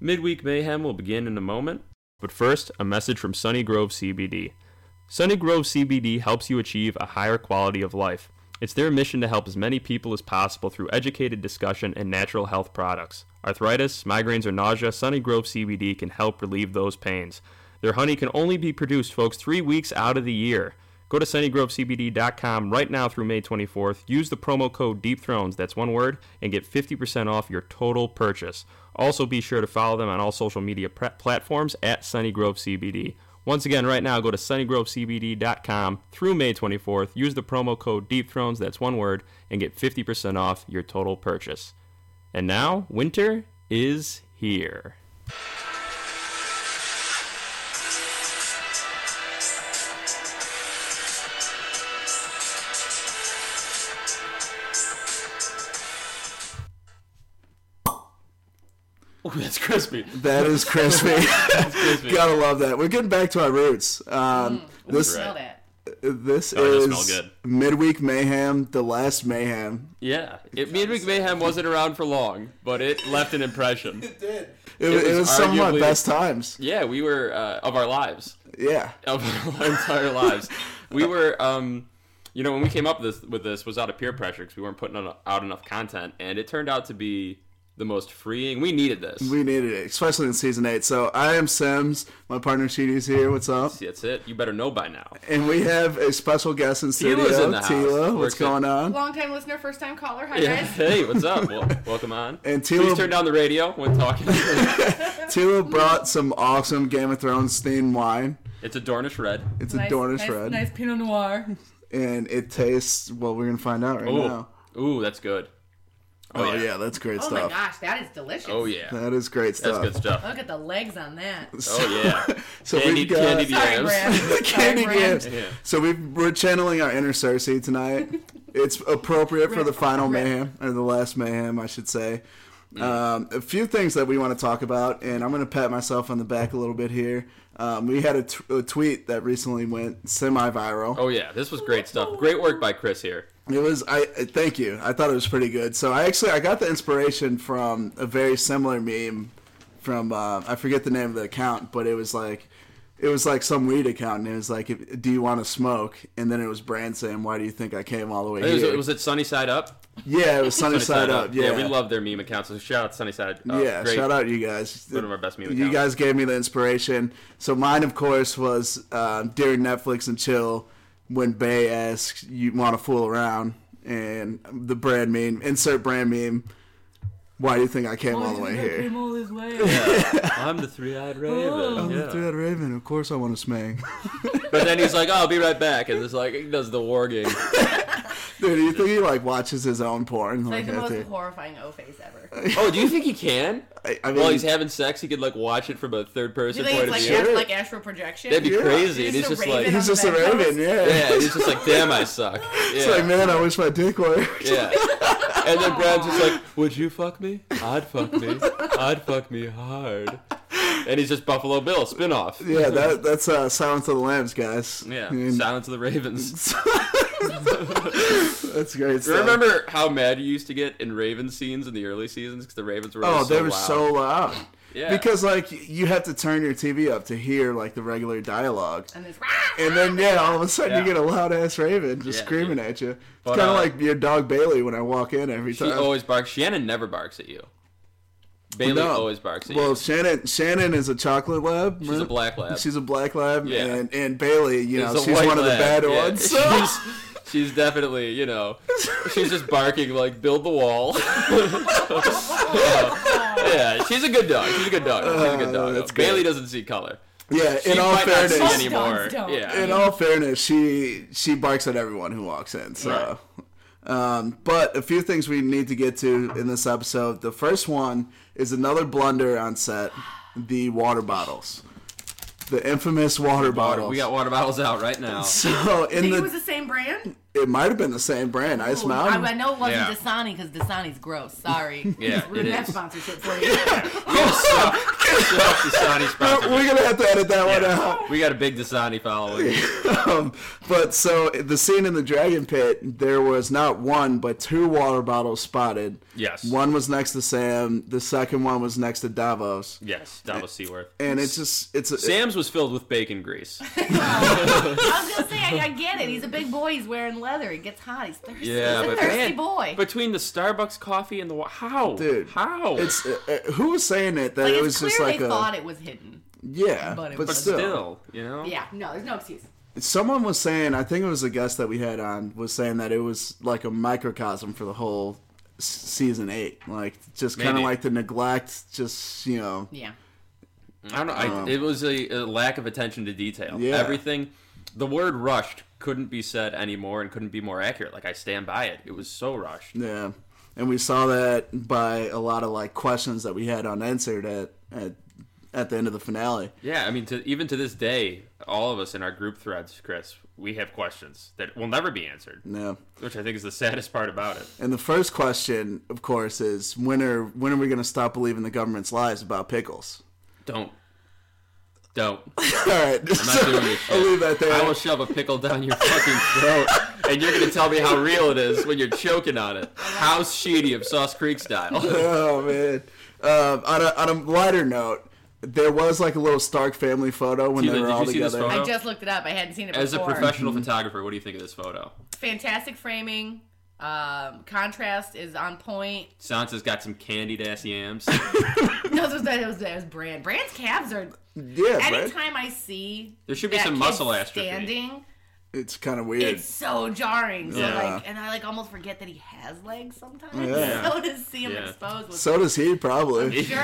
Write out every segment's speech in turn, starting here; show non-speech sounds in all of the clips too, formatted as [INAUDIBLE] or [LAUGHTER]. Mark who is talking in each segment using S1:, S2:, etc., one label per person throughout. S1: Midweek Mayhem will begin in a moment, but first, a message from Sunny Grove CBD. Sunny Grove CBD helps you achieve a higher quality of life. It's their mission to help as many people as possible through educated discussion and natural health products. Arthritis, migraines, or nausea, Sunny Grove CBD can help relieve those pains. Their honey can only be produced, folks, three weeks out of the year. Go to sunnygrovecbd.com right now through May 24th. Use the promo code DEEPTHRONES, that's one word, and get 50% off your total purchase. Also, be sure to follow them on all social media pre- platforms at Sunny Grove CBD. Once again, right now, go to sunnygrovecbd.com through May 24th. Use the promo code DEEPTHRONES, that's one word, and get 50% off your total purchase. And now, winter is here. Ooh, that's crispy.
S2: That
S1: [LAUGHS]
S2: is crispy.
S1: crispy.
S2: [LAUGHS] Gotta love that. We're getting back to our roots.
S3: Mm.
S2: Um, this
S1: Right.
S3: Smell that.
S2: this
S1: does smell
S2: is
S1: good.
S2: midweek mayhem, the last mayhem.
S1: Yeah, it, Midweek Mayhem wasn't around for long, but it left an impression.
S2: It, was,
S1: was
S2: it was some of my
S1: arguably-
S2: best times.
S1: Yeah, we were uh, of our lives, [LAUGHS]
S2: Yeah,
S1: of our entire lives.
S2: [LAUGHS]
S1: We were, um, you know, when we came up with this, with this was out of peer pressure because we weren't putting on- out enough content, and it turned out to be the most freeing. We needed this.
S2: we needed it, especially in season eight. So I am Sims. My partner Chidi's here. What's up?
S1: That's it. You better know by now.
S2: And we have a special guest in studio,
S1: Tila's in the house.
S2: Tila. What's
S1: Works at-
S2: going on?
S3: Long time listener, first time caller. Hi
S1: Yeah. [LAUGHS]
S3: guys.
S1: Hey, what's up? Well, welcome on.
S2: And
S1: Please
S2: Tila,
S1: turn down the radio when
S2: [LAUGHS]
S1: talking.
S2: Tila brought some awesome Game of Thrones themed wine.
S1: it's a Dornish red.
S2: [LAUGHS] It's a Dornish
S3: nice,
S2: red,
S3: Nice Pinot Noir.
S2: and it tastes. Well, we're gonna find out right
S1: Ooh,
S2: now.
S1: ooh, that's good.
S2: Oh,
S1: Oh. yeah.
S2: yeah. that's great
S3: Oh my
S2: stuff.
S3: gosh, that is delicious.
S1: Oh yeah,
S2: That is great
S1: that's
S2: stuff.
S1: good stuff.
S3: Look at the legs on
S2: [LAUGHS]
S3: that.
S1: Oh [LAUGHS] yeah.
S2: So
S1: Candy-
S2: we've got
S1: candy-
S3: Sorry,
S1: Yams.
S2: [LAUGHS]
S3: Brad. Sorry,
S2: candy
S3: Brad.
S2: games.
S1: Yeah.
S2: So we we're channeling our inner Cersei tonight. it's appropriate for the final mayhem or the last mayhem, I should say. Um, a few things that we want to talk about, and I'm going to pat myself on the back a little bit here. Um, we had a, t- a tweet that recently went semi-viral.
S1: Oh yeah, this was great stuff. Great work by Chris here.
S2: It was. I I- thank you. I thought it was pretty good. So I actually I got the inspiration from a very similar meme from uh, I forget the name of the account, but it was like it was like some weed account, and it was like, if, "Do you want to smoke?" And then it was Brand saying, "Why do you think I came all the way
S1: It was,
S2: here?"
S1: was it Sunny Side Up?
S2: yeah,
S1: [LAUGHS]
S2: it was sunny, side up. Yeah,
S1: we love their meme accounts. So shout out Sunny Side Up.
S2: yeah,
S1: Oh, great.
S2: shout out you guys.
S1: One of our best meme
S2: You
S1: accounts.
S2: guys gave me the inspiration. So mine, of course, was um, during Netflix and chill when Bay asks, "You want to fool around?" and the brand meme, insert brand meme. Why do you think I came all the way here?
S3: [LAUGHS] all this way.
S1: I'm the three-eyed
S2: [LAUGHS]
S1: raven.
S2: Oh, I'm
S1: yeah.
S2: the three-eyed raven. Of course, I want to smang.
S1: But then he's like, "Oh, "I'll be right back," and it's like he does the war
S2: [LAUGHS]
S1: game.
S2: [LAUGHS] Dude, do you think he like watches his own porn? Like,
S3: Like the
S2: after-
S3: most horrifying O face
S2: [LAUGHS]
S3: ever.
S1: Oh, do you think he can?
S2: I, I mean,
S1: While he's having sex, he could like watch it from a
S3: You
S1: third-person
S3: think
S1: point
S3: it's
S1: of
S3: like,
S1: view.
S2: Sure.
S3: ast- like astral projection?
S1: That'd be
S2: Yeah.
S1: crazy.
S3: He's
S1: And he's
S3: just
S1: just
S3: a
S1: like,
S3: raven.
S2: he's just a raven. Yeah.
S1: yeah, and he's just like, "Damn, I suck." Yeah,
S2: [LAUGHS] It's like, man, I wish my dick worked.
S1: yeah. And then Brad's just like, "Would you fuck me? I'd fuck me. I'd fuck me hard." And he's just Buffalo Bill spin-off.
S2: [LAUGHS] Yeah, that, that's uh, Silence of the Lambs, guys.
S1: [LAUGHS] Yeah,
S2: I mean,
S1: Silence of the Ravens.
S2: [LAUGHS]
S1: [LAUGHS]
S2: that's great. Stuff.
S1: Remember how mad you used to get in Raven scenes in the early seasons because the Ravens were
S2: Oh,
S1: always so
S2: they were
S1: loud.
S2: so loud.
S1: Yeah.
S2: Because like you have to turn your TV up to hear like the regular dialogue,
S3: And it's [LAUGHS]
S2: and then yeah, all of a sudden
S1: Yeah.
S2: you get a loud ass raven just
S1: Yeah,
S2: screaming
S1: dude.
S2: at you. It's
S1: But,
S2: kind of
S1: uh,
S2: like your dog Bailey when I walk in every
S1: she
S2: time.
S1: always barks. Shannon never barks at you. Bailey
S2: No.
S1: always barks at
S2: well,
S1: you.
S2: Shannon Shannon is a chocolate lab.
S1: She's a black lab.
S2: She's a black lab,
S1: Yeah.
S2: and and Bailey, you know,
S1: It's a
S2: she's
S1: white
S2: one of the
S1: lab.
S2: bad
S1: Yeah.
S2: ones.
S1: [LAUGHS]
S2: [LAUGHS]
S1: She's, she's definitely, you know, she's just barking like build the wall. [LAUGHS] yeah, she's a good dog. She's a good dog. She's a good dog.
S2: that's good.
S1: Bailey doesn't see color.
S2: yeah,
S1: She
S2: in all
S1: might not see
S2: fairness,
S3: any-
S1: anymore.
S3: Dogs don't.
S1: Yeah.
S2: in all fairness, she she barks at everyone who walks in. So, um, but a few things we need to get to in this episode. The first one is another blunder on set: the water bottles, the infamous water bottles.
S1: We got water bottles out right now.
S2: [LAUGHS] so in
S3: Think it was
S2: the
S3: the same brand?
S2: it might have been the same brand, Ice
S3: Ooh, I,
S2: Mountain.
S3: I know it wasn't
S1: Yeah.
S3: Dasani because Dasani's gross. Sorry.
S1: Yeah,
S3: Just ruined
S1: it
S3: that
S1: is.
S3: sponsorship for you.
S1: You suck. Shut up, Dasani
S2: [LAUGHS] We're
S1: sponsor.
S2: gonna have to edit that one out.
S1: We got a big Dasani following.
S2: [LAUGHS] um, but so the scene in the dragon pit, there was not one but two water bottles spotted.
S1: Yes.
S2: One was next to Sam. The second one was next to Davos.
S1: Yes, Davos Seaworth.
S2: And it's just it's a,
S1: Sam's was filled with bacon
S2: [LAUGHS]
S1: grease.
S3: I was gonna say, I, I get it. He's a big boy. He's wearing leather. He gets hot. He's thirsty.
S1: Yeah,
S3: he's a
S1: but
S3: thirsty
S1: man,
S3: boy.
S1: between the Starbucks coffee and the wa- how,
S2: Dude,
S1: how?
S2: it's uh, uh, who was saying it that
S3: like,
S2: it
S3: it's
S2: was
S3: clear
S2: just like
S3: they
S2: a
S3: thought it was hidden.
S2: yeah,
S3: but it
S2: but,
S1: but
S3: was-
S2: still,
S1: still, you know.
S3: Yeah, no, there's no excuse.
S2: someone was saying I think it was a guest that we had on was saying that it was like a microcosm for the whole s- season eight, like just kind of
S1: Maybe.
S2: like the neglect, just you know,
S3: Yeah.
S1: I don't know. I, it was a, a lack of attention to detail.
S2: Um, Yeah.
S1: Everything, the word rushed couldn't be said anymore and couldn't be more accurate. Like I stand by it. It was so rushed.
S2: Yeah, and we saw that by a lot of like questions that we had unanswered at at, at the end of the finale.
S1: Yeah, I mean, to, even to this day, all of us in our group threads, Chris, we have questions that will never be answered,
S2: Yeah,
S1: which I think is the saddest part about it.
S2: and the first question, of course, is when are when are we going to stop believing the government's lies about pickles? [LAUGHS]
S1: Don't, don't.
S2: All right, I'm
S1: not doing this shit.
S2: [LAUGHS] I'll leave that there.
S1: I will shove a pickle down your fucking throat, and you're gonna tell me how real it is when you're choking on it. House Sheedy of Sauce Creek
S2: [LAUGHS]
S1: style.
S2: oh man. Um, on, a, on a lighter note, there was like a little Stark family photo when
S1: Keelan,
S2: they were
S1: did you
S2: all
S1: see this
S2: together.
S1: photo?
S3: I just looked it up. I hadn't seen it
S1: As a
S3: before.
S1: professional photographer, what do you think of this photo?
S3: Fantastic framing. Um, contrast is on point. [LAUGHS]
S1: Sansa's got some candied ass yams.
S3: No, it was, it was, it was Brand. Brand's calves are.
S2: Yeah, right.
S3: Anytime I see
S1: There should be
S3: that
S1: some
S3: kid
S1: muscle atrophy.
S3: standing,
S2: It's kind of weird.
S3: it's so jarring. So
S1: Yeah.
S3: like, and I like almost forget that he has legs sometimes.
S2: Yeah.
S3: [LAUGHS] So to see him
S1: Yeah.
S3: exposed was
S2: so does he
S1: [LAUGHS]
S2: probably.
S3: sure.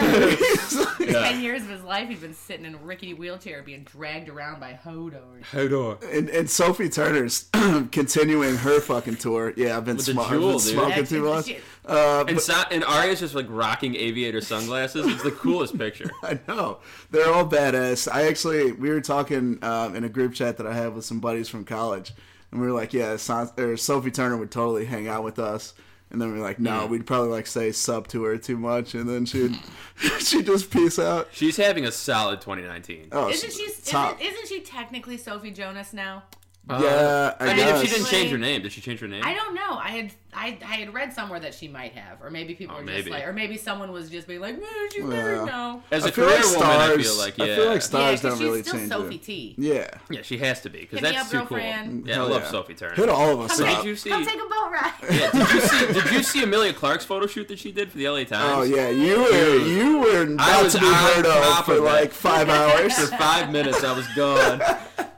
S3: Ten years of his life, he's been sitting in a rickety wheelchair, being dragged around by Hodo. Or...
S2: [LAUGHS] And, and Sophie Turner's [CLEARS THROAT] continuing her fucking tour. Yeah, I've been,
S1: With the
S2: sm- I've been
S1: jewel, dude.
S2: smoking
S3: That's
S2: too much.
S3: shit.
S2: Uh,
S1: And, Sa- and Arya's just like rocking aviator sunglasses. It's the coolest picture.
S2: [LAUGHS] I know they're all badass. I actually we were talking um, in a group chat that I had with some buddies from college, and we were like, yeah, San- or Sophie Turner would totally hang out with us. And then we were like, no, we'd probably like say sub to her too much, and then she'd [LAUGHS] she would just peace out.
S1: She's having a solid 2019.
S2: Oh,
S3: Isn't she?
S2: top.
S3: Isn't, isn't she technically Sophie Jonas now?
S2: Uh, yeah, I,
S1: Uh, I mean, if
S2: guess.
S1: she didn't
S3: Honestly-
S1: change her name, did she change her name?
S3: I don't know. I had I, I had read somewhere that she might have, or maybe people
S1: Oh,
S3: were
S1: maybe.
S3: just like, or maybe someone was just being like, "Well, she's
S2: Yeah.
S3: married now."
S1: As
S2: I
S1: a
S2: feel
S1: career
S2: like
S1: woman, I feel
S2: stars-
S1: like yeah,
S2: I feel like stars
S3: yeah, 'cause
S2: don't really
S3: she's still
S2: change
S3: Sophie
S2: it.
S3: T.
S2: Yeah,
S1: yeah, she has to be because
S3: Hit me
S1: that's
S3: up,
S1: too cool. Yeah,
S3: girlfriend.
S1: I
S2: Hell
S1: love
S2: yeah.
S1: Sophie Turner.
S2: hit all of us
S1: Did
S2: up.
S1: you see?
S3: Come take a boat ride.
S1: yeah, did you see? Did you see Amelia Clark's photo shoot that she did for the LA Times?
S2: Oh yeah, you were you were
S1: I
S2: about
S1: was
S2: to be
S1: on
S2: heard of
S1: top
S2: for
S1: of it.
S2: like
S3: [LAUGHS]
S2: five hours.
S1: for five minutes I was gone.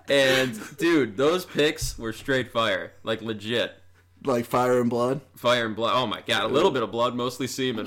S1: And dude, those pics were straight fire, like legit
S2: like fire and blood.
S1: fire and blood. Oh my god, a little bit of blood, mostly
S2: [LAUGHS]
S1: semen.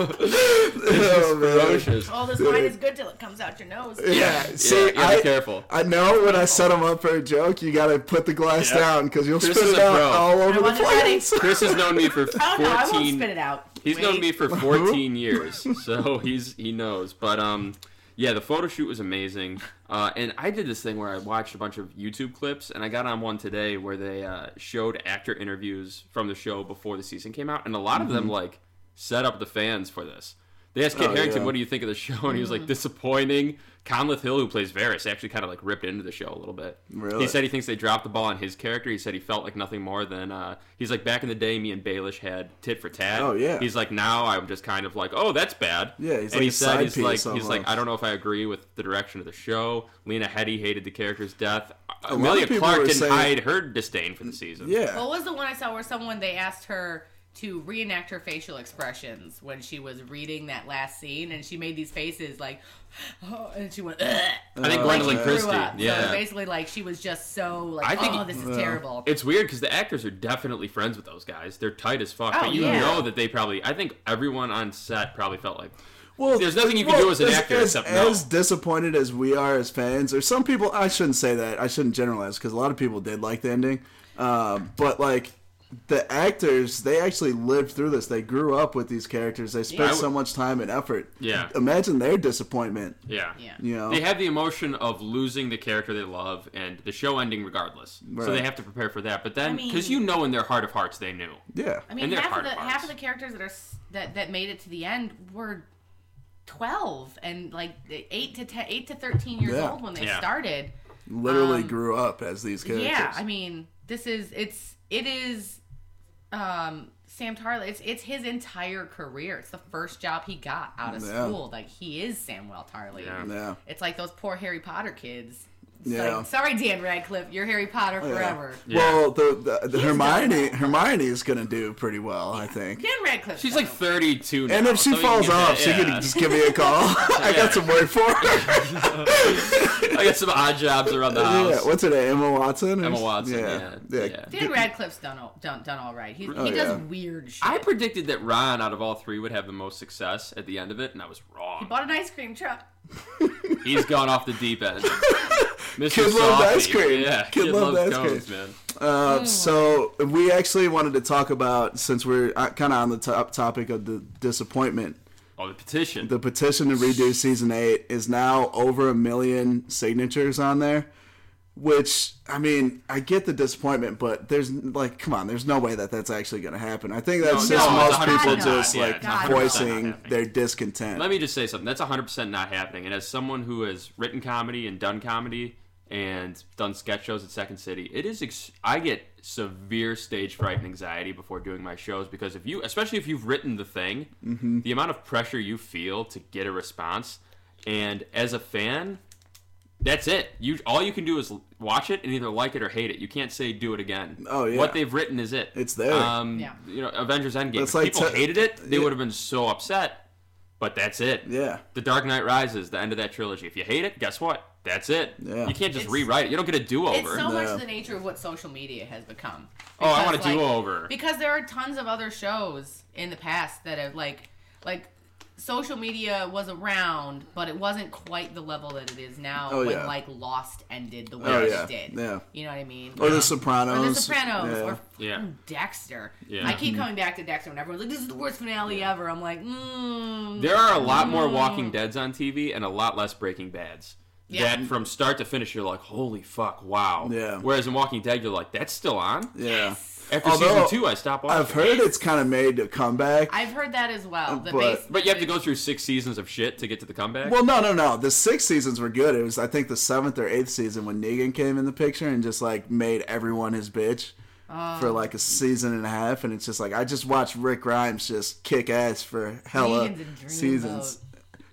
S2: Oh, man.
S1: Ferocious.
S3: All this wine is good till it comes out your nose.
S2: [LAUGHS] Yeah,
S1: yeah,
S2: see,
S1: you gotta
S2: I,
S1: be careful.
S2: I know when I set them up for a joke, you gotta put the glass
S1: Yeah.
S2: down because you'll
S1: Chris
S2: spit
S1: is
S2: it
S1: a
S2: out
S1: pro.
S2: all over the
S3: wasn't ready.
S2: place.
S1: Chris has known me for
S3: Oh no, I won't
S1: fourteen.
S3: spit it out.
S1: He's
S3: Wait.
S1: known me for 14 years,
S2: [LAUGHS]
S1: so he's he knows. But um, yeah, the photo shoot was amazing. Uh, and I did this thing where I watched a bunch of YouTube clips, and I got on one today where they uh, showed actor interviews from the show before the season came out, and a lot of them like set up the fans for this. They asked Kit
S2: Mm-hmm. Oh,
S1: Harrington,
S2: yeah. Mm-hmm.
S1: "What do you think of the show?" And he was like, "Disappointing." Conleth Hill, who plays Varys, actually kind of like ripped into the show a little bit.
S2: Really?
S1: He said he thinks they dropped the ball on his character. He said he felt like nothing more than uh, he's like back in the day, me and Baelish had tit for tat.
S2: Oh, yeah.
S1: He's like now I'm just kind of like, oh, that's bad.
S2: Yeah,
S1: and
S2: he's like
S1: he
S2: a
S1: said
S2: side
S1: he's
S2: piece
S1: like he's like
S2: almost.
S1: I don't know if I agree with the direction of the show. Lena Headey hated the character's death.
S2: of
S1: Amelia
S2: people
S1: Clark
S2: were
S1: didn't
S2: saying-
S1: hide her disdain for the season.
S2: [LAUGHS] Yeah,
S3: What was the one I saw where someone they asked her to reenact her facial expressions when she was reading that last scene, and she made these faces like, [GASPS] oh, and she went. Ugh.
S1: I think
S3: Like
S1: Gwendolyn
S3: she
S1: Christie.
S3: threw up. So
S1: Yeah.
S3: it's basically, like she was just so like,
S1: I think-
S3: oh, this is terrible.
S1: it's weird because the actors are definitely friends with those guys. They're tight as fuck,
S3: Oh,
S1: but you
S3: yeah.
S1: know that they probably. I think everyone on set probably felt like
S2: well,
S1: there's nothing you can do as an actor
S2: as,
S1: except no.
S2: as disappointed as we are as fans, or some people. I shouldn't say that. I shouldn't generalize because a lot of people did like the ending, Um but like. The actors, they actually lived through this. They grew up with these characters. They spent
S1: I would-
S2: so much time and effort.
S1: Yeah.
S2: Imagine their disappointment.
S1: Yeah.
S3: Yeah.
S2: You know?
S1: They have the emotion of losing the character they love and the show ending regardless. So
S2: Right.
S1: they have to prepare for that. But then,
S3: I
S1: because
S3: mean-
S1: you know in their heart of hearts they knew.
S2: Yeah.
S3: I mean,
S1: and they're
S3: half of
S1: hard
S3: the
S1: parts.
S3: half of the characters that are s- that that made it to the end were 12 and like 8 to 10, 8 to 13 years
S2: Yeah.
S3: old when they
S1: Yeah.
S3: started.
S2: Literally
S3: Um,
S2: grew up as these characters.
S3: Yeah, I mean, this is it's it is um Sam Tarly. It's it's his entire career. It's the first job he got out of
S2: Yeah.
S3: school. Like he is Samuel Tarly.
S1: Yeah.
S2: yeah.
S3: It's like those poor Harry Potter kids. It's
S2: Yeah. Oh,
S3: like, sorry, Dan Radcliffe, you're Harry Potter
S2: Yeah.
S3: forever.
S2: Well, the, the, the Hermione Hermione is gonna do pretty well, I think.
S3: Dan Radcliffe.
S1: She's like 32 now.
S2: And if she
S1: so you
S2: falls
S1: can get
S2: off,
S1: that-
S2: she
S1: yeah.
S2: can just give me
S1: [LAUGHS]
S2: a call. [LAUGHS] I got some work for her.
S1: I got some odd jobs around the house.
S2: [LAUGHS] yeah, what's her name? Emma Watson. or
S1: Emma
S2: s-
S1: Watson, yeah,
S2: yeah.
S1: yeah.
S3: Dan Radcliffe's done all, done, done all right. He, he
S2: Oh,
S3: does
S2: yeah.
S3: weird shit.
S1: I predicted that Ron, out of all three, would have the most success at the end of it, and I was wrong.
S3: Bought an ice cream truck.
S1: He's gone off the deep
S2: [LAUGHS]
S1: end. Mr.
S2: Kid loved
S1: Softy.
S2: ice cream.
S1: Yeah,
S2: Kid loved
S1: loves
S2: ice cream.
S1: cones, man.
S3: Oh.
S2: Uh, so we actually wanted to talk about since we're kind of on the top topic of the disappointment.
S1: Oh, the petition.
S2: The petition to redo season eight is now over a million signatures on there, which I mean I get the disappointment, but there's like come on, there's no way that that's actually going to happen. I think that's
S1: No,
S2: just
S1: no, it's
S2: most people
S1: 100%
S2: just
S1: not. Yeah,
S2: like
S1: it's 100% not
S2: voicing
S1: happening.
S2: their discontent.
S1: Let me just say something. That's 100% not happening. And as someone who has written comedy and done comedy and done sketch shows at Second City, it is ex- I get severe stage fright and anxiety before doing my shows because if you, especially if you've written the thing,
S2: Mm-hmm.
S1: the amount of pressure you feel to get a response, and as a fan, that's it. You all you can do is l- watch it and either like it or hate it. You can't say do it again.
S2: Oh, yeah.
S1: What they've written is it.
S2: It's there.
S1: Um,
S3: Yeah.
S1: You know, Avengers Endgame.
S2: That's
S1: If
S2: like
S1: people
S2: te-
S1: hated it, they
S2: yeah.
S1: would have been so upset. But that's it.
S2: yeah.
S1: The Dark Knight Rises, the end of that trilogy. If you hate it, guess what? That's it.
S2: Yeah.
S1: You can't just
S3: It's-
S1: rewrite it. You don't get a
S3: It's
S1: do-over.
S3: so
S2: No.
S3: much the nature of what social media has become.
S1: oh, I
S3: Because,
S1: want a
S3: like,
S1: do-over.
S3: Because there are tons of other shows in the past that have like like social media was around, but it wasn't quite the level that it is now
S2: Oh,
S3: when
S2: yeah.
S3: like Lost ended the way
S2: Oh,
S3: it
S2: yeah.
S3: did.
S2: Yeah.
S3: You know what I mean?
S2: Or
S3: Yeah.
S2: the Sopranos.
S3: Or The Sopranos,
S2: Yeah. Mm-hmm.
S3: or fucking
S1: Yeah.
S3: Dexter.
S1: Yeah.
S3: I keep coming back to Dexter, and everyone's like, "This is the worst finale ever." I'm like, mm,
S1: there are a lot more Walking Deads on TV and a lot less Breaking Bads.
S3: Yeah.
S1: That from start to finish, you're like, holy fuck, wow.
S2: Yeah.
S1: Whereas in Walking Dead, you're like, that's still on.
S2: yeah.
S1: After
S2: Although,
S1: season two, I stopped watching.
S2: I've heard it's kind of made a comeback.
S3: I've heard that as well. The
S2: But- [LAUGHS]
S3: base,
S1: But you have to go through six seasons of shit to get to the comeback.
S2: Well, no, no, no. The six seasons were good. It was, I think, the seventh or eighth season when Negan came in the picture and just like made everyone his bitch
S3: Oh.
S2: for like a season and a half. And it's just like I just watched Rick Grimes just kick ass for hella
S3: Negan's a dreamboat.
S2: seasons.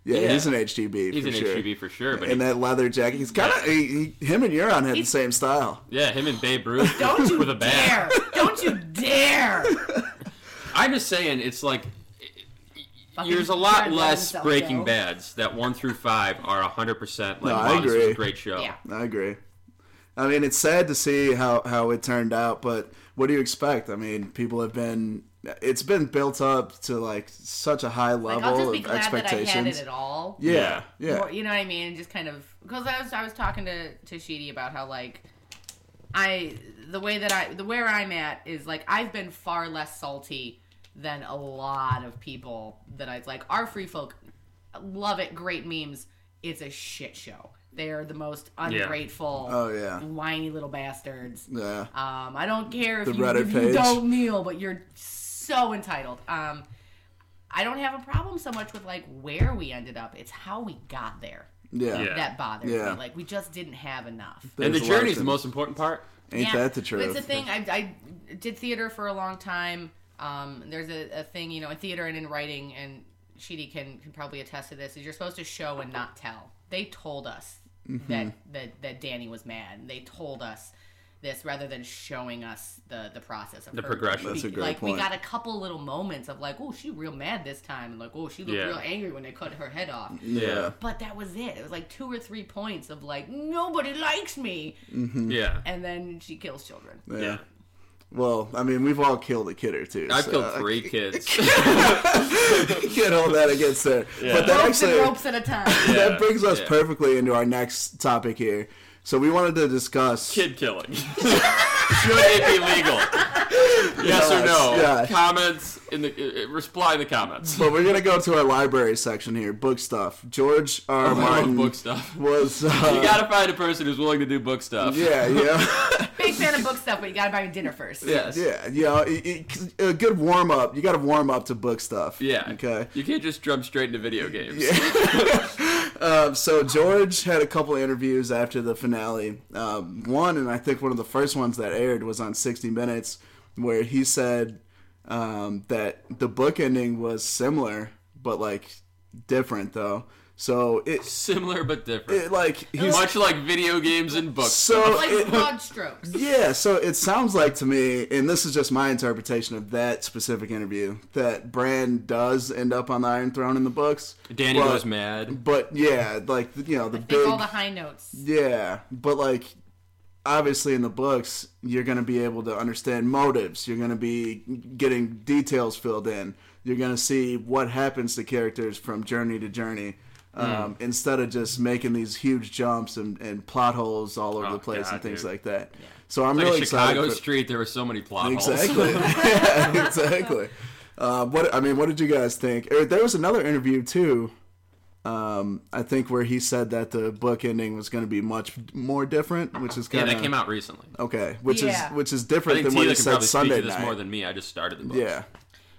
S2: Yeah,
S1: Yeah.
S2: he's an HGB.
S1: He's
S2: for
S1: an
S2: sure.
S1: HGB for sure. But
S2: And that leather jacket. He's kind of he, he, him and Euron had the
S3: He's-
S2: same style.
S1: yeah, him and Babe Ruth
S3: [LAUGHS] Don't you
S1: with a bat.
S3: dare! Don't you dare!
S2: [LAUGHS]
S1: I'm just saying, it's like
S3: Fucking
S1: There's a lot
S3: Jared
S1: less
S3: Leto,
S1: Breaking
S3: though.
S1: Bads. That one through five are 100 percent like
S2: No, I
S1: wow, this was
S2: agree.
S1: a great show.
S3: Yeah.
S2: I agree. I mean, it's sad to see how how it turned out, but what do you expect? I mean, people have been it's been built up to like such a high level
S3: Like, I'll just be
S2: of
S3: glad that I
S2: expectations.
S3: had it at all.
S2: Yeah, yeah,
S3: Or- you know what I mean? Just kind of because I was I was talking to to Sheedy about how like I the way that I the where I'm at is like I've been far less salty than a lot of people that I like. Our free folk love it. Great memes. It's a shit show. They are the most ungrateful,
S2: Oh, yeah.
S3: whiny little bastards.
S2: yeah.
S3: Um, I don't care if,
S2: The
S3: you,
S2: Reddit
S3: if you
S2: page.
S3: don't kneel, but you're so entitled. Um, I don't have a problem so much with like where we ended up; it's how we got there
S2: yeah,
S1: Yeah.
S3: that bothers
S2: Yeah.
S3: me. Like we just didn't have enough.
S1: And the
S2: There's a lot of
S1: journey is the
S2: things.
S1: most important part.
S2: Ain't
S3: Yeah,
S2: that the
S3: but
S2: truth?
S3: It's a thing. I, I did theater for a long time. Um, there's a, a thing, you know, in theater and in writing, and Sheedy can, can probably attest to this, is you're supposed to show and not tell. They told us
S2: Mm-hmm.
S3: that, that that Danny was mad. They told us this rather than showing us the, the process of
S1: The
S3: her
S1: progression.
S2: That's a great
S3: like we
S2: point.
S3: got a couple little moments of like, oh, she real mad this time, and like, oh, she looked
S1: Yeah.
S3: real angry when they cut her head off.
S2: Yeah.
S3: But that was it. It was like two or three points of like nobody likes me,
S2: Hmm.
S1: Yeah.
S3: and then she kills children.
S2: yeah.
S1: Yeah.
S2: Well, I mean, we've all killed a kid or two.
S1: I've
S2: so [LAUGHS]
S1: killed
S2: I
S1: three kids.
S2: Can't hold that against her. But that
S3: ropes
S2: actually
S3: and ropes at a time.
S1: Yeah,
S2: that brings us
S1: yeah.
S2: perfectly into our next topic here. So we wanted to discuss
S1: Kid killing. [LAUGHS] Should it be
S2: [LAUGHS]
S1: legal? Yes or no?
S2: Yes, yes.
S1: Comments in the uh, reply in the comments.
S2: But we're gonna go to our library section here. Book stuff. George R.
S1: I love
S2: Martin
S1: book stuff.
S2: was. Uh,
S1: You gotta find a person who's willing to do book stuff.
S2: yeah, yeah.
S3: Big big fan of book stuff, but you gotta buy me dinner first.
S1: Yes.
S2: Yeah, you know, it, it, 'cause a good warm up. You got to warm up to book stuff.
S1: Yeah.
S2: Okay.
S1: You can't just jump straight into video games.
S2: Um, so George had a couple of interviews after the finale. Um, one, and I think one of the first ones that aired was on 60 Minutes, where he said um, that the book ending was similar, but like different though. So it,
S1: Similar but different.
S2: it like he's
S1: Much like video games and books.
S2: so
S3: Like
S2: it-
S3: broad strokes.
S2: Yeah, so it sounds like to me, and this is just my interpretation of that specific interview, that Bran does end up on the Iron Throne in the books.
S1: Danny
S2: but,
S1: goes mad.
S2: But yeah, like you know the
S3: Take
S2: big
S3: all the high notes.
S2: yeah, but like obviously in the books you're going to be able to understand motives. You're going to be getting details filled in. You're going to see what happens to characters from journey to journey.
S1: Hmm.
S2: Um, Instead of just making these huge jumps and, and plot holes all over
S1: Oh,
S2: the place
S1: God,
S2: and things
S1: dude.
S2: like that, so I'm
S1: Like
S2: really
S1: a
S2: excited.
S1: Chicago
S2: for-
S1: street, there were so many plot holes.
S2: Exactly. [LAUGHS] yeah, exactly. Uh, what I mean, what did you guys think? Er, There was another interview too. Um, I think where he said that the book ending was going to be much more different, which is
S1: [LAUGHS] Yeah,
S2: kind of
S1: that came out recently.
S2: okay, which
S3: Yeah.
S2: is which is
S1: I
S2: different
S1: think
S2: than what
S1: Tila
S2: he
S1: can
S2: said
S1: probably
S2: Sunday
S1: speak to this
S2: night.
S1: more than me. I just started the book.
S2: yeah,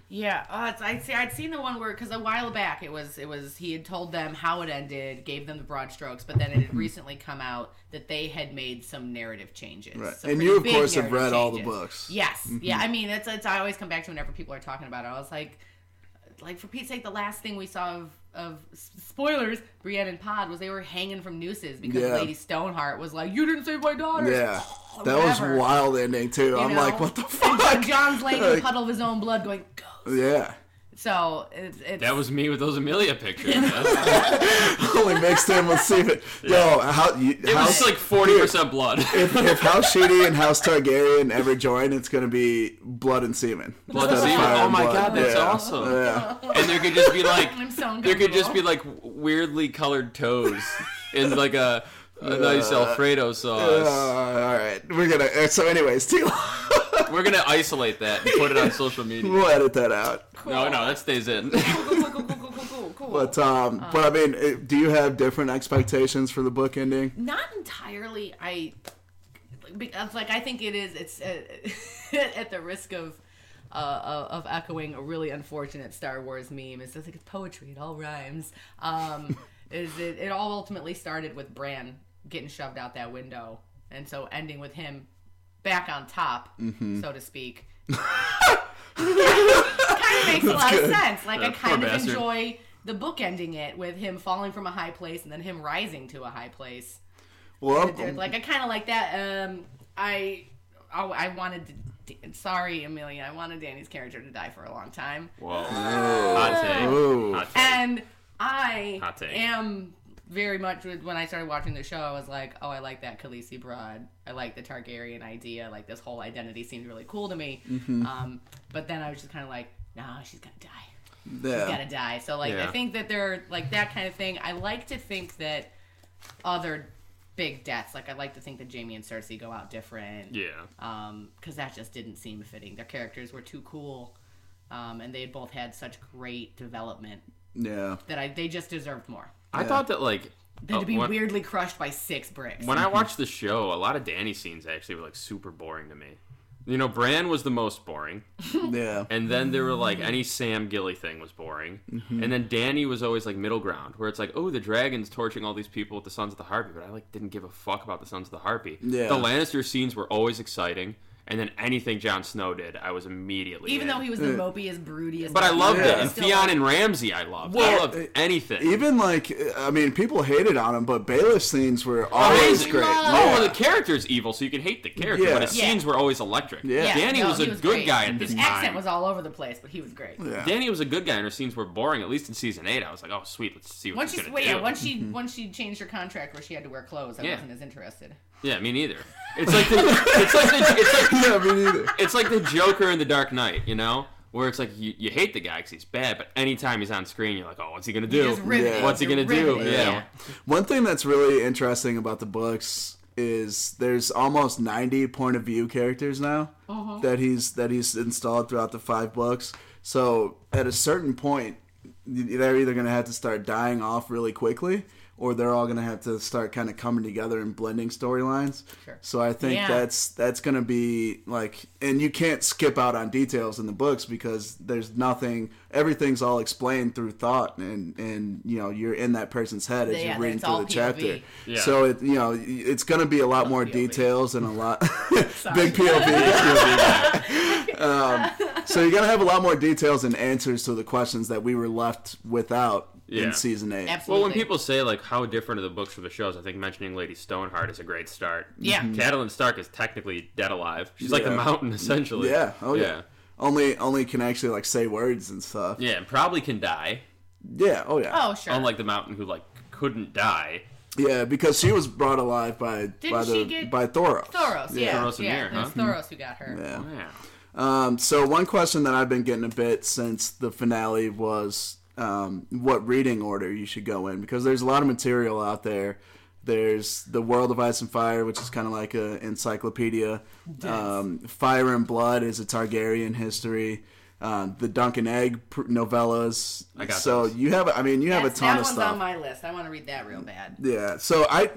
S3: Yeah, oh, it's, I'd say I'd seen the one where because a while back it was it was he had told them how it ended, gave them the broad strokes, but then it
S2: Mm-hmm.
S3: had recently come out that they had made some narrative changes.
S2: Right.
S3: some
S2: And you,
S3: pretty
S2: of
S3: big
S2: course, have read
S3: narrative
S2: all the books. Mm-hmm.
S3: Yes, yeah. I mean, it's, it's I always come back to whenever people are talking about it. I was like, like for Pete's sake, the last thing we saw of of s- spoilers, Brienne and Pod was they were hanging from nooses because
S2: Yeah.
S3: Lady Stoneheart was like, "You didn't save my daughter."
S2: yeah, that was
S3: Whatever.
S2: wild ending too. I'm
S3: know?
S2: like, what
S3: [LAUGHS]
S2: the
S3: And
S2: fuck? [LAUGHS]
S3: John's laying in a
S2: Like,
S3: puddle of his own blood, going, "Ghost."
S2: yeah, [LAUGHS]
S3: So it's, it's
S1: That was me with those Amelia pictures.
S3: [LAUGHS]
S1: man.
S2: only mixed in with Steven. Yo, how you,
S1: it
S2: how,
S1: was like forty percent blood.
S2: if, if House Shady and House Targaryen ever join, it's gonna be blood and semen.
S1: Blood
S2: Instead of
S1: semen.
S2: fire
S1: Oh
S2: and
S1: my
S2: blood.
S1: god, that's
S2: Yeah.
S1: awesome.
S2: Yeah.
S1: [LAUGHS] And there could just be like
S3: [LAUGHS] I'm so
S1: there could just be
S3: uncomfortable.
S1: like weirdly colored toes in like a, a nice Alfredo sauce.
S2: Uh, all right, we're gonna. uh, So, anyways, [LAUGHS] Tila,
S1: We're gonna isolate that and put it on social
S2: [LAUGHS]
S1: media.
S2: we'll edit that out.
S3: cool.
S1: No, no, that stays in.
S3: cool, cool, cool, cool, cool, cool, cool.
S2: But um, but I mean, it, do you have different expectations for the book ending?
S3: Not entirely. I because like I think it is. It's uh, [LAUGHS] at the risk of. Uh, of of echoing a really unfortunate Star Wars meme. It's just like it's poetry; it all rhymes.
S1: [LAUGHS]
S3: Um, is it? It all ultimately started with Bran getting shoved out that window, and so ending with him back on top,
S1: Mm-hmm.
S3: so
S1: [LAUGHS]
S3: to speak. [LAUGHS] kind of makes a lot of sense. Like I
S1: Yeah, poor
S3: kind of
S1: bastard.
S3: enjoy the book ending it with him falling from a high place and then him rising to a high place.
S2: Well,
S3: They're- Like I kind of like that. Um, I oh, I wanted. To, sorry, Amelia. I wanted Danny's character to die for a long time,
S1: [LAUGHS] Whoa. Hot take.
S2: Ooh.
S1: Hot take.
S3: and I
S1: Hot take.
S3: am very much with- when I started watching the show. I was like, oh, I like that Khaleesi broad. I like the Targaryen idea. Like this whole identity seemed really cool to me. Um, but then I was just kind of like, nah, she's gonna die.
S2: yeah.
S3: gotta die. So like
S1: Yeah.
S3: I think that they're like that kind of thing. I like to think that other big deaths, like I like to think that Jamie and Cersei go out different.
S1: Yeah.
S3: Um, because that just didn't seem fitting. Their characters were too cool, um, and they had both had such great development
S2: yeah,
S3: that I they just deserved more
S1: I thought that like
S3: than
S1: uh,
S3: to be
S1: one-
S3: weirdly crushed by six bricks.
S2: Mm-hmm.
S1: When I watched the show, a lot of Danny scenes actually were like super boring to me. You know, Bran was the most boring,
S2: yeah.
S1: and then there were like any Sam Gilly thing was boring,
S2: Mm-hmm.
S1: and then Danny was always like middle ground, where it's like, oh, the dragon's torching all these people with the Sons of the Harpy, but I like didn't give a fuck about the Sons of the Harpy.
S2: Yeah.
S1: The Lannister scenes were always exciting, and then anything Jon Snow did, I was immediately
S3: Even
S1: in.
S3: though he was the mopiest, broodiest,
S1: But I loved it.
S2: Yeah. e-
S1: And
S3: Still-
S1: Theon and Ramsey, I loved. I loved anything.
S2: Even like, I mean, people hated on him, but Baelish scenes were always
S1: Amazing.
S2: great.
S1: Oh, well,
S2: Yeah.
S1: the character's evil, so you can hate the character,
S2: Yeah.
S1: but his
S3: Yeah.
S1: scenes were always electric.
S2: Yeah.
S1: Danny
S3: no,
S1: was a
S3: he
S1: good
S3: great.
S1: guy at this
S3: His
S1: time.
S3: accent was all over the place, but he was great.
S2: Yeah. [LAUGHS]
S1: Danny was a good guy, and her scenes were boring. At least in season eight, I was like, "Oh, sweet, let's see what
S3: Once
S1: she's
S3: she,
S1: gonna
S3: wait,
S1: do."
S3: yeah, once
S2: Mm-hmm.
S3: she once she changed her contract where she had to wear clothes, I
S1: Yeah.
S3: wasn't as interested.
S1: Yeah, me neither. It's like the, it's like the, it's like
S2: yeah, me neither.
S1: it's like the Joker in the Dark Knight, you know, where it's like you, you hate the guy because he's bad, but anytime he's on screen, you're like, "Oh, what's he gonna do?
S3: Just riveted.
S2: Yeah.
S1: What's he
S3: You're
S1: gonna do?"
S3: riveted,
S1: Yeah.
S2: One thing that's really interesting about the books is there's almost 90 point of view characters now
S3: Uh-huh.
S2: that he's that he's installed throughout the five books. So at a certain point, they're either going to have to start dying off really quickly or they're all going to have to start kind of coming together and blending storylines.
S3: Sure.
S2: So I think
S3: Yeah.
S2: that's that's going to be like and you can't skip out on details in the books because there's nothing everything's all explained through thought and and you know you're in that person's head as
S3: Yeah,
S2: you're reading
S3: it's all
S2: through the chapter.
S3: POV.
S1: Yeah.
S2: So it you know it's going to be a lot more
S3: POV.
S2: details and a lot [LAUGHS]
S3: Sorry.
S2: big POV.
S3: [LAUGHS]
S2: um, so you're going to have a lot more details and answers to the questions that we were left without
S1: Yeah.
S2: in season 8.
S3: Absolutely.
S1: Well, when people say like how different are the books from the shows, I think mentioning Lady Stoneheart is a great start.
S3: Yeah. Mhm.
S1: Catelyn Stark is technically dead alive. She's like the
S2: Yeah.
S1: Mountain essentially.
S2: Yeah. Oh yeah.
S1: yeah.
S2: Only only can actually like say words and stuff.
S1: Yeah, and probably can die.
S2: Yeah. Oh yeah.
S3: oh sure.
S1: Unlike the Mountain, who like couldn't die.
S2: Yeah, because she was brought alive by by
S3: Didn't
S2: the
S3: she get-
S2: by Thoros.
S3: Thoros, yeah,
S1: Thoros and
S3: yeah.
S1: Mir,
S3: it was
S1: huh?
S3: Thoros who got her.
S2: Yeah.
S1: Wow.
S2: Um, so one question that I've been getting a bit since the finale was um, what reading order you should go in because there's a lot of material out there. There's the World of Ice and Fire, which is kind of like an encyclopedia. Um, Fire and Blood is a Targaryen history. Um, the Duncan Egg pr- novellas.
S1: I got
S2: so
S1: those.
S2: you have, I mean, you have
S3: That's-
S2: a ton
S3: that
S2: of
S3: one's
S2: stuff.
S3: on my list. I want to read that real bad.
S2: Yeah. So I,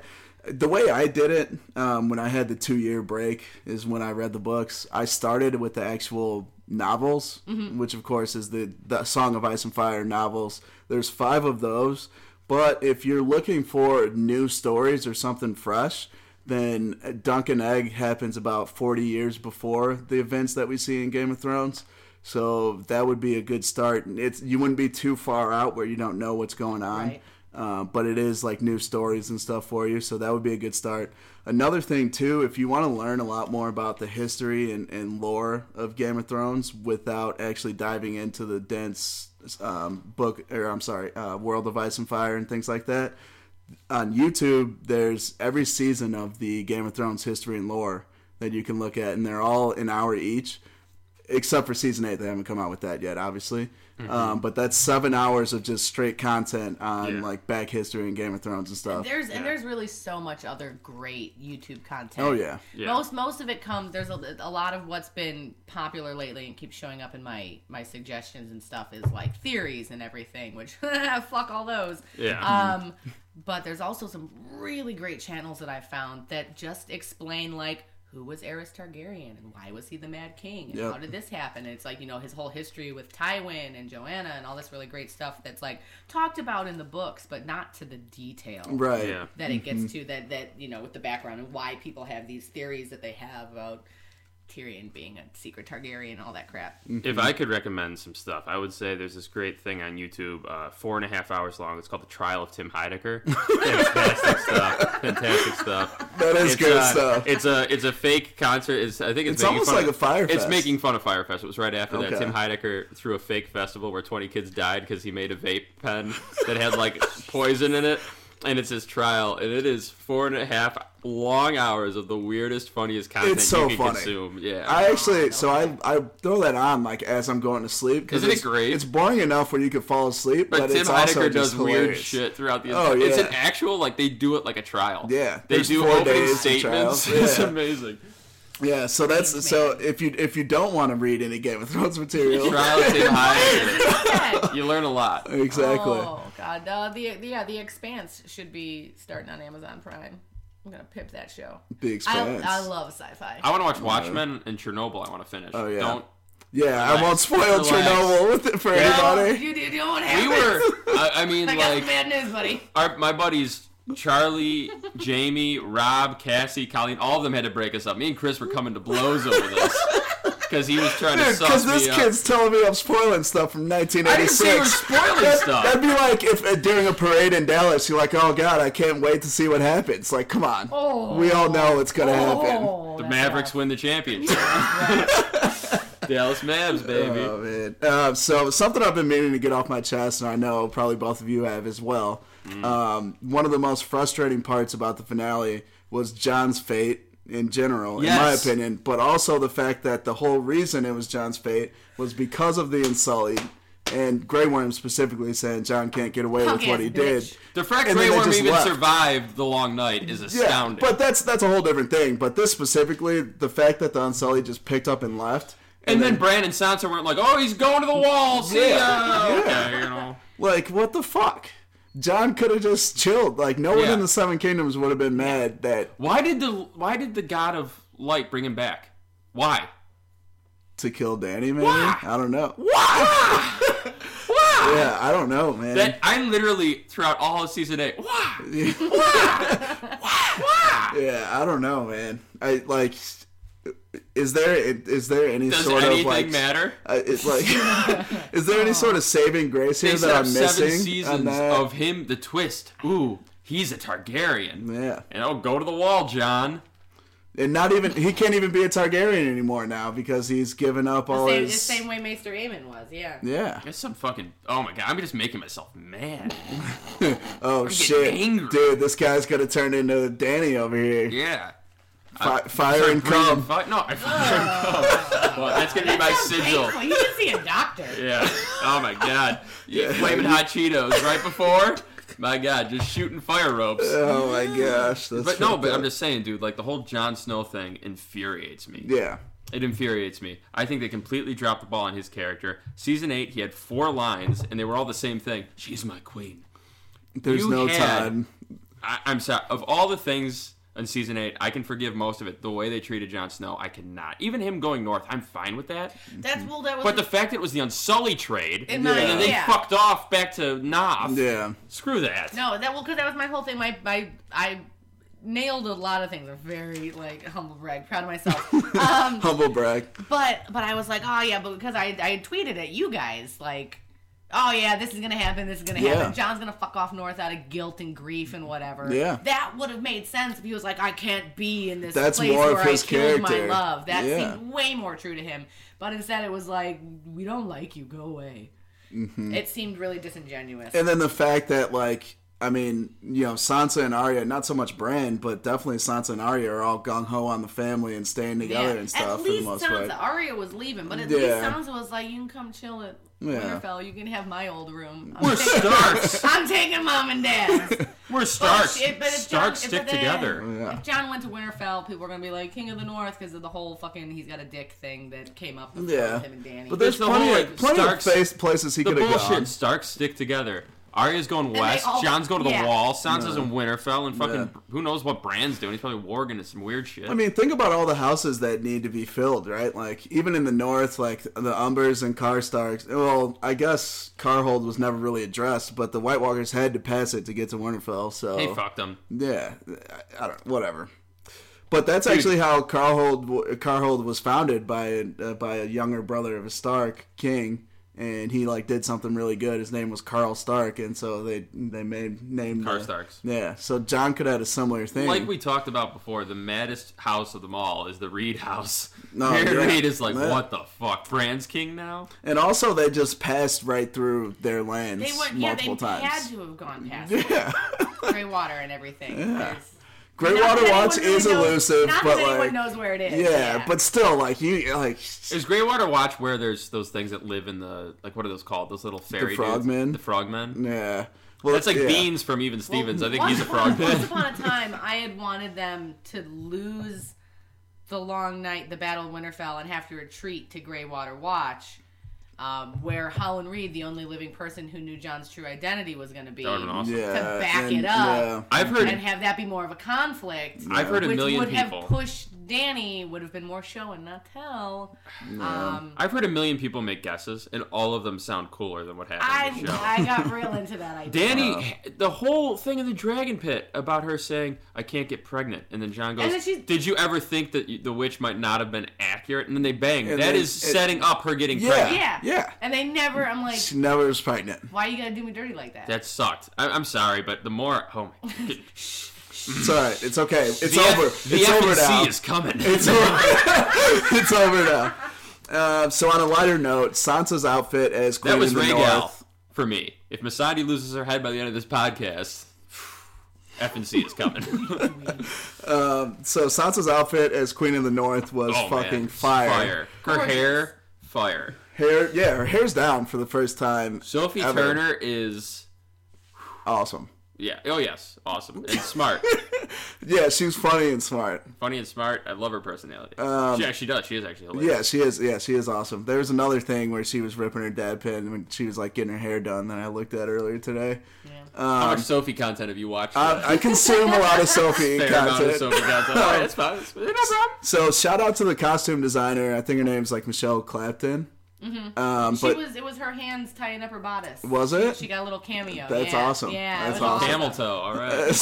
S2: the way I did it um, when I had the two year break is when I read the books. I started with the actual novels, which of course is the the Song of Ice and Fire novels. There's five of those. But if you're looking for new stories or something fresh, then Duncan Egg happens about 40 years before the events that we see in Game of Thrones. So that would be a good start. It's you wouldn't be too far out where you don't know what's going on.
S3: Right.
S2: Um, but it is like new stories and stuff for you, so that would be a good start. Another thing too, if you want to learn a lot more about the history and, and lore of Game of Thrones without actually diving into the dense um, book, or I'm sorry, uh, World of Ice and Fire and things like that, on YouTube, there's every season of the Game of Thrones history and lore that you can look at, and they're all an hour each, except for season eight. They haven't come out with that yet, obviously.
S1: Mm-hmm.
S2: Um, but that's seven hours of just straight content on
S1: Yeah.
S2: like back history and Game of Thrones and stuff.
S3: There's and there's really so much other great YouTube content.
S2: Oh yeah,
S1: Yeah.
S3: Most most of it comes. There's a, a lot of what's been popular lately and keeps showing up in my my suggestions and stuff is like theories and everything, which [LAUGHS] fuck all those.
S1: Yeah.
S3: Um, but there's also some really great channels that I found that just explain like who was Aerys Targaryen and why was he the Mad King and
S2: Yep.
S3: how did this happen? And it's like you know his whole history with Tywin and Joanna and all this really great stuff that's like talked about in the books, but not to the detail
S2: right.
S1: Yeah.
S3: that it gets to that that you know with the background and why people have these theories that they have about Tyrion being a secret Targaryen and all that crap.
S1: If I could recommend some stuff, I would say there's this great thing on YouTube, uh, four and a half hours long. It's called The Trial of Tim Heidecker. Fantastic stuff. Fantastic stuff.
S2: That is
S1: It's,
S2: good
S1: uh,
S2: stuff.
S1: It's a it's a fake concert. It's, I think it's,
S2: It's
S1: making
S2: almost
S1: fun
S2: like
S1: of-
S2: a fire
S1: It's
S2: fest.
S1: making fun of Firefest. It was right after that.
S2: Okay.
S1: Tim Heidecker threw a fake festival where 20 kids died because he made a vape pen that had
S2: [LAUGHS]
S1: like poison in it. And it's his trial, and it is four and a half long hours of the weirdest, funniest content
S2: It's so
S1: you can
S2: funny.
S1: consume. Yeah,
S2: I actually, so I I throw that on like as I'm going to sleep. 'cause
S1: Isn't it
S2: it's,
S1: great?
S2: It's boring enough where you could fall asleep, but,
S1: But, Tim
S2: it's also
S1: Heidecker
S2: just
S1: does weird
S2: hilarious.
S1: shit throughout the.
S2: Oh,
S1: entire It's
S2: yeah.
S1: an actual like they do it like a trial.
S2: Yeah,
S1: They
S2: there's
S1: do
S2: four
S1: opening
S2: days of
S1: statements. [LAUGHS]
S2: trials.
S1: It's
S2: Yeah.
S1: amazing.
S2: Yeah, so that's
S3: Thanks,
S2: so
S3: man.
S2: if you if you don't want to read any Game of
S1: [LAUGHS]
S2: Thrones material,
S1: Trial of Tim Heidecker.
S3: [LAUGHS] Yeah.
S1: You learn a lot.
S2: exactly.
S3: Oh god, uh, the the- yeah the Expanse should be starting on Amazon Prime. I'm gonna pip that show.
S2: The
S3: I,
S2: Expanse.
S3: I love sci-fi.
S1: I want to watch Watchmen and Chernobyl. I want to finish.
S2: Oh, yeah.
S1: Don't.
S2: yeah, I
S1: Relax.
S2: won't spoil
S1: Relax.
S2: Chernobyl with it for
S3: No,
S2: anybody.
S3: you, you don't have
S1: We
S2: [LAUGHS]
S1: were. I, I mean,
S3: I got some
S1: like
S3: bad news, buddy.
S1: our my buddies. Charlie, Jamie, Rob, Cassie, Colleen, all of them had to break us up. Me and Chris were coming to blows over
S2: [LAUGHS]
S1: this because he was trying to
S2: Dude,
S1: suss
S2: because
S1: me
S2: this
S1: up.
S2: kid's telling me I'm spoiling stuff from
S1: I didn't
S2: 1986.
S1: say you were spoiling
S2: That-
S1: stuff.
S2: That'd be like if uh, during a parade in Dallas, you're like, "Oh God, I can't wait to see what happens." Like, come on,
S3: Oh.
S2: we all know it's gonna happen.
S3: Oh,
S1: the
S3: that's
S1: Mavericks
S3: awful.
S1: win the
S2: [LAUGHS]
S1: championship. Dallas Mavs, baby.
S2: Oh man. Uh, so something I've been meaning to get off my chest, and I know probably both of you have as well. Um, one of the most frustrating parts about the finale was John's fate in general, in my
S1: Yes.
S2: opinion, but also the fact that the whole reason it was John's fate was because of the Insullied. And Grey Worm specifically saying John can't get away with
S3: Punk-ass
S2: what he
S3: bitch.
S2: did.
S1: The fact
S2: And then
S1: Grey
S2: they
S1: Worm
S2: just
S1: even
S2: left.
S1: survived the long night is
S2: Yeah,
S1: astounding.
S2: but that's that's a whole different thing. But this specifically, the fact that the Unsullied just picked up and left,
S1: and then Brandon Sansa weren't like, "Oh, he's going to the wall." See
S2: Yeah.
S1: ya.
S2: Yeah.
S1: Okay, you know.
S2: Like, what the fuck? John could have just chilled. Like, no one
S1: Yeah.
S2: in the Seven Kingdoms would have been mad that
S1: Why did the Why did the God of Light bring him back? Why?
S2: to kill Danny, maybe?
S1: Why?
S2: I don't know.
S1: Why? [LAUGHS] Why?
S2: Yeah, I don't know, man.
S1: That I'm literally throughout all of season eight. Why? Why?
S2: [LAUGHS] yeah, I don't know, man. I like. Is there is there any
S1: Does
S2: sort
S1: anything
S2: of like
S1: matter?
S2: Uh, it's like, [LAUGHS] is there any sort of saving grace
S1: They
S2: here
S1: set
S2: that
S1: up
S2: I'm
S1: seven
S2: missing? on
S1: seasons
S2: that?
S1: of him. The twist. Ooh, he's a Targaryen.
S2: yeah,
S1: And I'll go to the wall, John.
S2: and not even he can't even be a Targaryen anymore now because he's given up all
S3: The same, the
S2: his.
S3: same way Maester Aemon was, yeah.
S2: Yeah.
S1: That's some fucking. Oh my god, I'm just making myself
S2: [LAUGHS]
S1: mad.
S2: Oh shit,
S1: angry.
S2: dude, this guy's gonna turn into Danny over here.
S1: Yeah.
S2: Fi- fire
S1: Start
S2: and
S1: breathing
S2: come.
S1: fi- no, I [LAUGHS] fucking
S2: [LAUGHS]
S1: come. Well, that's gonna be my
S3: Sounds
S1: sigil.
S3: painful. You should see a doctor.
S1: Yeah. Oh my god. You flaming hot Cheetos right before. My god, just shooting fire ropes.
S2: Oh my gosh, that's
S1: but no,
S2: fucked
S1: but
S2: up.
S1: I'm just saying, dude. Like the whole Jon Snow thing infuriates me.
S2: yeah,
S1: It infuriates me. I think they completely dropped the ball on his character. Season eight, he had four lines, and they were all the same thing. She's my queen.
S2: there's
S1: You
S2: no
S1: had-
S2: time.
S1: I, I'm sorry. Of all the things in season eight, I can forgive most of it. The way they treated Jon Snow, I cannot. Even him going north, I'm fine with that.
S3: That's well, that was.
S1: But the fact it was the Unsullied trade,
S3: In
S1: and
S3: my-
S1: then they
S3: yeah.
S1: fucked off back to Noth.
S2: Yeah,
S1: Screw that.
S3: no, that well, because that was my whole thing. My, my, I nailed a lot of things. I'm very like humble brag, proud
S2: [LAUGHS]
S3: of myself. um,
S2: humble brag.
S3: But but I was like, oh yeah, but because I I had tweeted at you guys like, oh yeah, this is gonna happen, this is gonna
S2: Yeah.
S3: happen. John's gonna fuck off north out of guilt and grief and whatever.
S2: Yeah.
S3: that would have made sense if he was like, I can't be in this
S2: That's
S3: place
S2: more of
S3: where
S2: his
S3: I killed
S2: character.
S3: my love. That
S2: Yeah.
S3: seemed way more true to him. But instead, it was like, we don't like you, go away.
S2: Mm-hmm.
S3: It seemed really disingenuous.
S2: And then the fact that like I mean, you know, Sansa and Arya, not so much Bran, but definitely Sansa and Arya are all gung ho on the family and staying together and stuff
S3: at
S2: for the
S3: least
S2: most
S3: Sansa,
S2: part.
S3: Arya was leaving, but at least
S2: Yeah.
S3: Sansa was like, "You can come chill at
S2: Yeah.
S3: Winterfell. You can have my old room. I'm
S1: We're
S3: taking-
S1: Starks.
S3: [LAUGHS] I'm taking mom and
S2: [LAUGHS]
S3: dad.
S1: We're Starks.
S3: Bullshit, but if
S1: Starks
S3: John- if
S1: stick
S3: then-
S1: together.
S2: Yeah.
S3: If John went to Winterfell, people were gonna be like King of the North because of the whole fucking he's got a dick thing that came up with
S2: Yeah.
S3: him and Danny.
S2: But there's
S1: There's the
S2: plenty,
S1: whole,
S2: of,
S1: like,
S2: plenty of
S1: Starks-
S2: place, places he
S1: The
S2: could have
S1: bullshit.
S2: gone.
S1: Starks stick together. Arya's going
S3: they
S1: west.
S3: all-
S1: John's going to
S3: yeah.
S1: the wall. Sansa's in Winterfell, and fucking
S2: Yeah.
S1: who knows what Bran's doing? He's probably warging into some weird shit.
S2: I mean, think about all the houses that need to be filled, right? Like, even in the north, like the Umbers and Karstarks. Well, I guess Carhold was never really addressed, but the White Walkers had to pass it to get to Winterfell, so.
S1: they fucked him.
S2: Yeah, I, I don't. Whatever. But that's actually how Carhold w- Carhold was founded by uh, by a younger brother of a Stark king, and he like did something really good. His name was Carl Stark, and so they they made named the-
S1: Karstarks.
S2: Yeah, so John could have had a similar thing.
S1: Like we talked about before, the maddest house of them all is the Reed house.
S2: No,
S1: Mary
S2: yeah.
S1: Reed is like,
S2: Yeah.
S1: what the fuck? Bran's king now?
S2: and also they just passed right through their lands
S3: they went, yeah, they
S2: multiple
S3: had
S2: times.
S3: to have
S2: [LAUGHS]
S3: gone past yeah. Greywater and everything. There's-
S2: Great
S3: not that
S2: Water
S3: anyone
S2: Watch
S3: really
S2: is
S3: knows-
S2: elusive,
S3: not
S2: but
S3: that anyone
S2: like
S3: knows where it is.
S2: yeah, but still like you like
S1: Is Greywater Watch where there's those things that live in the like what are those called? Those little fairy dudes?
S2: frogmen?
S1: The frogmen.
S2: yeah. Well,
S1: That's like
S2: yeah.
S1: Beans from Even Stevens. I think
S3: once
S1: he's a
S3: upon- [LAUGHS] Once
S1: frogman. [LAUGHS]
S3: upon a time, I had wanted them to lose the long night, the Battle of Winterfell, and have to retreat to Greywater Watch, um, where Holland Reed, the only living person who knew John's true identity, was going to be,
S1: That would've been awesome.
S2: Yeah,
S3: to back
S2: and-
S3: it up
S1: I've
S3: and
S1: heard
S3: have that be more of a conflict.
S1: I've heard a
S3: which
S1: million
S3: would
S1: people.
S3: have pushed Danny would have been more show and not tell. Um,
S1: I've heard a million people make guesses, and all of them sound cooler than what happened in the show.
S3: I I got real into that
S1: [LAUGHS]
S3: idea.
S1: Danny, the whole thing in the dragon pit about her saying, "I can't get pregnant," and then John goes,
S3: And then she's-
S1: "Did you ever think that you, the witch might not have been accurate?" And then they bang. That
S2: And
S1: is
S2: then it-
S1: setting up her getting
S2: Yeah.
S1: pregnant.
S3: yeah,
S2: Yeah.
S3: and they never. I'm like,
S2: She never was pregnant.
S3: why you gotta do me dirty like that?
S1: That sucked. I, I'm sorry, but the more, oh
S3: [LAUGHS]
S1: my, it's
S2: It's all right. It's okay. It's
S1: the F-
S2: over.
S1: the
S2: it's over
S1: FNC
S2: now.
S1: is coming. [LAUGHS]
S2: It's over. [LAUGHS] it's over now. Uh, so on a lighter note, Sansa's outfit as Queen
S1: that was
S2: of the
S1: Rhaegal
S2: North.
S1: for me. If Masadi loses her head by the end of this podcast, F and C is coming.
S2: [LAUGHS] So Sansa's outfit as Queen of the North was
S1: oh
S2: fucking
S1: man,
S2: fire.
S1: Her
S3: Gorgeous.
S1: hair, fire.
S2: Hair, yeah, her hair's down for the first time.
S1: Sophie
S2: ever.
S1: Turner is.
S2: awesome. [LAUGHS]
S1: Yeah. Oh yes. Awesome. And smart.
S2: yeah, she's funny and smart.
S1: Funny and smart. I love her personality.
S2: Um,
S1: she actually does. She is actually hilarious.
S2: Yeah, she is. Yeah, she is awesome. There was another thing where she was ripping her dad pin when she was like getting her hair done that I looked at earlier today.
S3: Yeah.
S1: How
S2: Um,
S1: much Sophie content have you watched?
S2: I, I consume a lot of Sophie
S1: [LAUGHS] Fair amount of
S2: content.
S1: Sophie content. All right, that's fine.
S2: [LAUGHS]
S1: That's fine. No problem.
S2: So shout out to the costume designer. I think her name's like Michelle Clapton.
S1: Mm-hmm.
S2: Um,
S3: She
S2: but
S3: was. It was her hands tying up her bodice.
S2: Was it?
S3: She got a little cameo.
S2: That's
S3: yeah.
S2: awesome.
S3: Yeah. it
S2: That's
S3: was
S2: awesome.
S1: Camel toe. All
S2: Uh,
S1: right.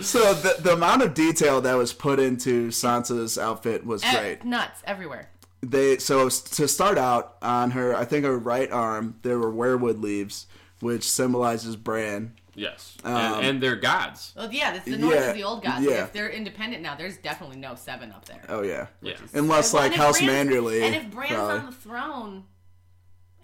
S2: so the, the amount of detail that was put into Sansa's outfit was
S3: Eh,
S2: great.
S3: Nuts everywhere.
S2: They so s- to start out on her, I think her right arm there were weirwood leaves, which symbolizes Bran.
S1: Yes.
S2: um,
S1: and, and they're gods.
S3: Well, yeah, it's the North
S2: Yeah,
S3: is the old gods.
S2: yeah.
S3: If they're independent now, there's definitely no seven up there.
S2: Oh yeah,
S1: Yeah.
S2: unless
S3: Well,
S2: like
S3: and if
S2: House
S3: Bran-
S2: Manderly.
S3: And if Bran's
S2: probably.
S3: on the throne,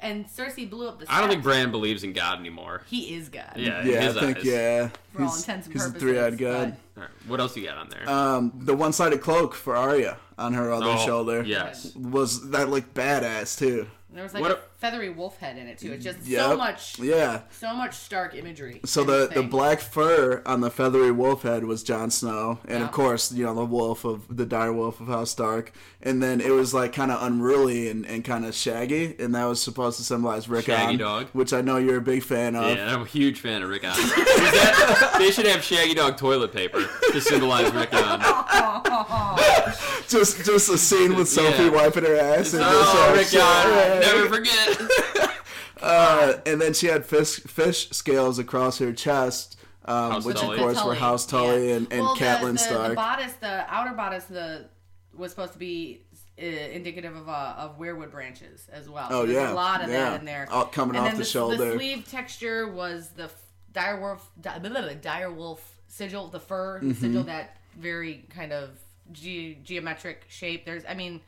S3: and Cersei blew up the,
S1: I don't think
S3: steps,
S1: Bran believes in God anymore.
S3: he is God.
S1: Yeah. in
S2: yeah, I
S1: his
S2: think
S1: eyes.
S2: yeah,
S3: For all
S2: He's-
S3: intents and
S2: he's a
S3: purposes,
S2: three-eyed god.
S1: All right. What else you got on there?
S2: Um, the one-sided cloak for Arya on her other
S1: Oh,
S2: shoulder.
S1: Yes.
S2: was that looked badass too?
S3: And There was like
S1: What
S3: a
S1: a-
S3: feathery wolf head in it too. It's just
S2: Yep.
S3: so much,
S2: Yeah.
S3: so much stark imagery.
S2: So
S3: in
S2: the,
S3: this
S2: the
S3: thing.
S2: black fur on the feathery wolf head was Jon Snow, and
S3: Yeah.
S2: of course, you know the wolf of the dire wolf of House Stark, and then it was like kind of unruly and, and kind of shaggy, and that was supposed to symbolize Rickon,
S1: Shaggy dog.
S2: which I know you're a big fan of.
S1: Yeah, I'm a huge fan of Rick On. Is that- they should have Shaggy Dog toilet paper to symbolize Rick On.
S2: Just just a scene with Sophie
S1: Yeah.
S2: wiping her ass, and, just,
S1: Oh,
S2: like,
S1: Rick On.
S2: shit.
S1: Never forget.
S2: Uh, and then she had fish fish scales across her chest, um,
S1: House
S2: which
S1: Tully.
S2: of course were
S3: Tully,
S2: House Tully
S3: yeah.
S2: and, and
S3: well, the-
S2: Catelyn
S3: the, the,
S2: Stark.
S3: bodice, the outer bodice, the was supposed to be uh, indicative of uh, of weirwood branches as well.
S2: Oh,
S3: so there's
S2: yeah,
S3: a lot of
S2: yeah.
S3: that in there.
S2: All coming
S3: and
S2: off
S3: then
S2: the
S3: the, s-
S2: shoulder.
S3: The sleeve texture was the f- dire wolf, di- blah, blah, blah, dire wolf sigil, the fur
S2: Mm-hmm.
S3: sigil, that very kind of ge- geometric shape. There's, I mean,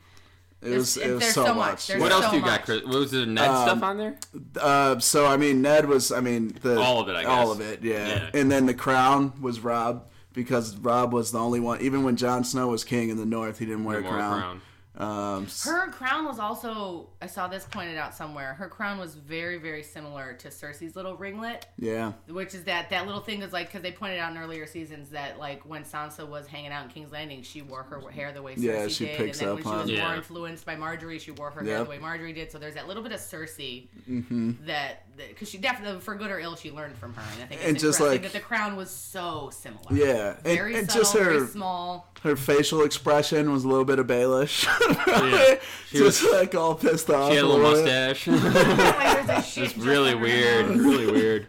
S2: it was,
S3: there's-
S2: it was
S3: there's
S2: so
S3: so
S2: much.
S3: much. There's-
S1: What
S2: yeah.
S1: else
S3: so
S1: do you got,
S3: much.
S1: Chris? What was the Ned stuff on there?
S2: Uh, so I mean, Ned was. I mean, the
S1: All of it, I guess.
S2: all of it. Yeah.
S1: Yeah.
S2: And then the crown was Rob because Rob was the only one. Even when Jon Snow was king in the North, he didn't wear a
S1: More
S2: crown.
S1: crown.
S2: Um, s-
S3: her crown was also. I saw this pointed out somewhere. Her crown was very, very similar to Cersei's little ringlet.
S2: yeah.
S3: which is that that little thing is like because they pointed out in earlier seasons that like when Sansa was hanging out in King's Landing, she wore her hair the way Cersei
S2: Yeah, she
S3: did,
S2: picks
S3: and then
S2: up
S3: when she was
S2: on-
S3: more
S1: Yeah.
S3: influenced by Marjorie, she wore her hair
S2: Yep. Mm-hmm.
S3: the way Marjorie did. So there's that little bit of Cersei that because she definitely, for good or ill, she learned from her, and I think it's
S2: And just,
S3: interesting
S2: like-
S3: that the crown was so similar.
S2: Yeah. And-
S3: very
S2: and
S3: subtle,
S2: just her-
S3: very small.
S2: [LAUGHS] Her facial expression was a little bit of Baelish. [LAUGHS] Just like all pissed off.
S1: She had a little
S2: little bit.
S1: mustache. [LAUGHS]
S3: Like, there's a shit just
S1: really
S3: under her [LAUGHS]
S1: weird.
S3: nose.
S1: Really weird.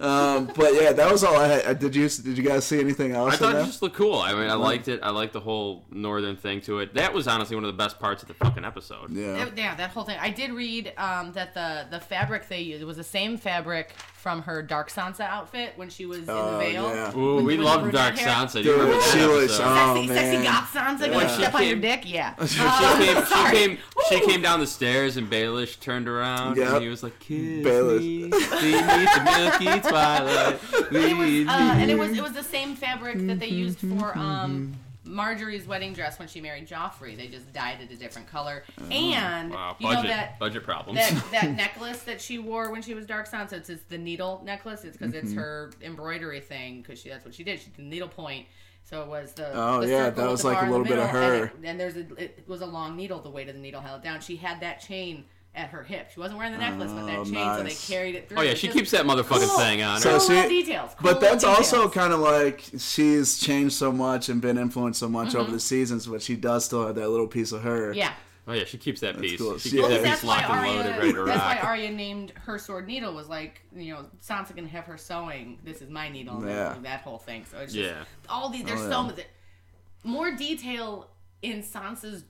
S2: Um, but yeah, that was all I had. Uh, Did you did you guys see anything else?
S1: I thought
S2: in
S1: it
S2: there?
S1: just looked cool. I mean, I liked it. I liked the whole northern thing to it. That was honestly one of the best parts of the fucking episode.
S2: yeah.
S3: That- yeah, that whole thing. I did read um, that the the fabric they used was the same fabric from her Dark Sansa outfit when she was in the
S2: Oh,
S3: veil.
S2: yeah.
S1: Ooh, we
S3: With the
S1: loved
S3: brunette
S1: Dark
S3: hair.
S1: Sansa. Do you
S2: Dude,
S1: remember
S2: she
S1: that
S2: was-
S1: episode?
S2: oh,
S3: sexy, sexy
S2: man.
S3: goth Sansa, yeah.
S2: Yeah.
S3: going step on your
S1: She came-
S3: dick. Yeah.
S1: [LAUGHS]
S3: Oh,
S1: She came, she
S3: sorry.
S1: came, she
S3: Woo.
S1: came down the stairs, and Baelish turned around,
S2: Yep.
S1: and he was like, "Kiss
S2: Baelish.
S1: me, lead me to milky
S3: [LAUGHS]
S1: twilight."
S3: It was,
S1: lead
S3: uh,
S1: me."
S3: and it was it was the same fabric that they used
S1: Mm-hmm,
S3: for um, Marjorie's wedding dress when she married Joffrey. They just dyed it a different color.
S1: Oh.
S3: and
S1: wow,
S3: you know
S1: budget,
S3: that
S1: budget problems.
S3: that, that necklace that she wore when she was Dark Sansa, it's, it's the needle necklace. It's because
S2: Mm-hmm.
S3: it's her embroidery thing because she that's what she did. She did needlepoint. So it was the
S2: Oh,
S3: the
S2: yeah,
S3: circle
S2: that
S3: with
S2: was
S3: the
S2: like
S3: bar
S2: a
S3: in the
S2: little bit of
S3: middle,
S2: her.
S3: And, it, and there's a, it was a long needle. The weight of the needle held it down. She had that chain at her hip. She wasn't wearing the necklace, but
S2: Oh,
S3: that chain. So
S2: nice.
S3: they carried it
S1: [LAUGHS]
S3: through.
S1: oh yeah,
S3: It's
S1: she
S3: just
S1: keeps that motherfucking
S3: cool.
S1: thing on.
S2: So
S1: her.
S3: Cool
S2: she-
S3: little details. cool
S2: But that's
S3: little
S2: also
S3: details.
S2: kind of like she's changed so much and been influenced so much over the seasons, but she does still have that little piece of her.
S3: Mm-hmm. yeah.
S1: Oh yeah, she keeps that piece.
S2: cool.
S1: She
S2: She-
S1: keeps
S2: Well,
S1: that
S2: It's
S1: piece
S3: Oh, that's why
S1: locked and loaded, ready to
S3: Arya. That's why
S1: rock.
S3: Arya named her sword needle was like, you know, Sansa can have her sewing. This is my needle. and
S2: Yeah.
S3: That whole thing. So it's just
S1: Yeah.
S3: all these. There's
S2: Oh,
S3: so
S2: yeah.
S3: much more detail in Sansa's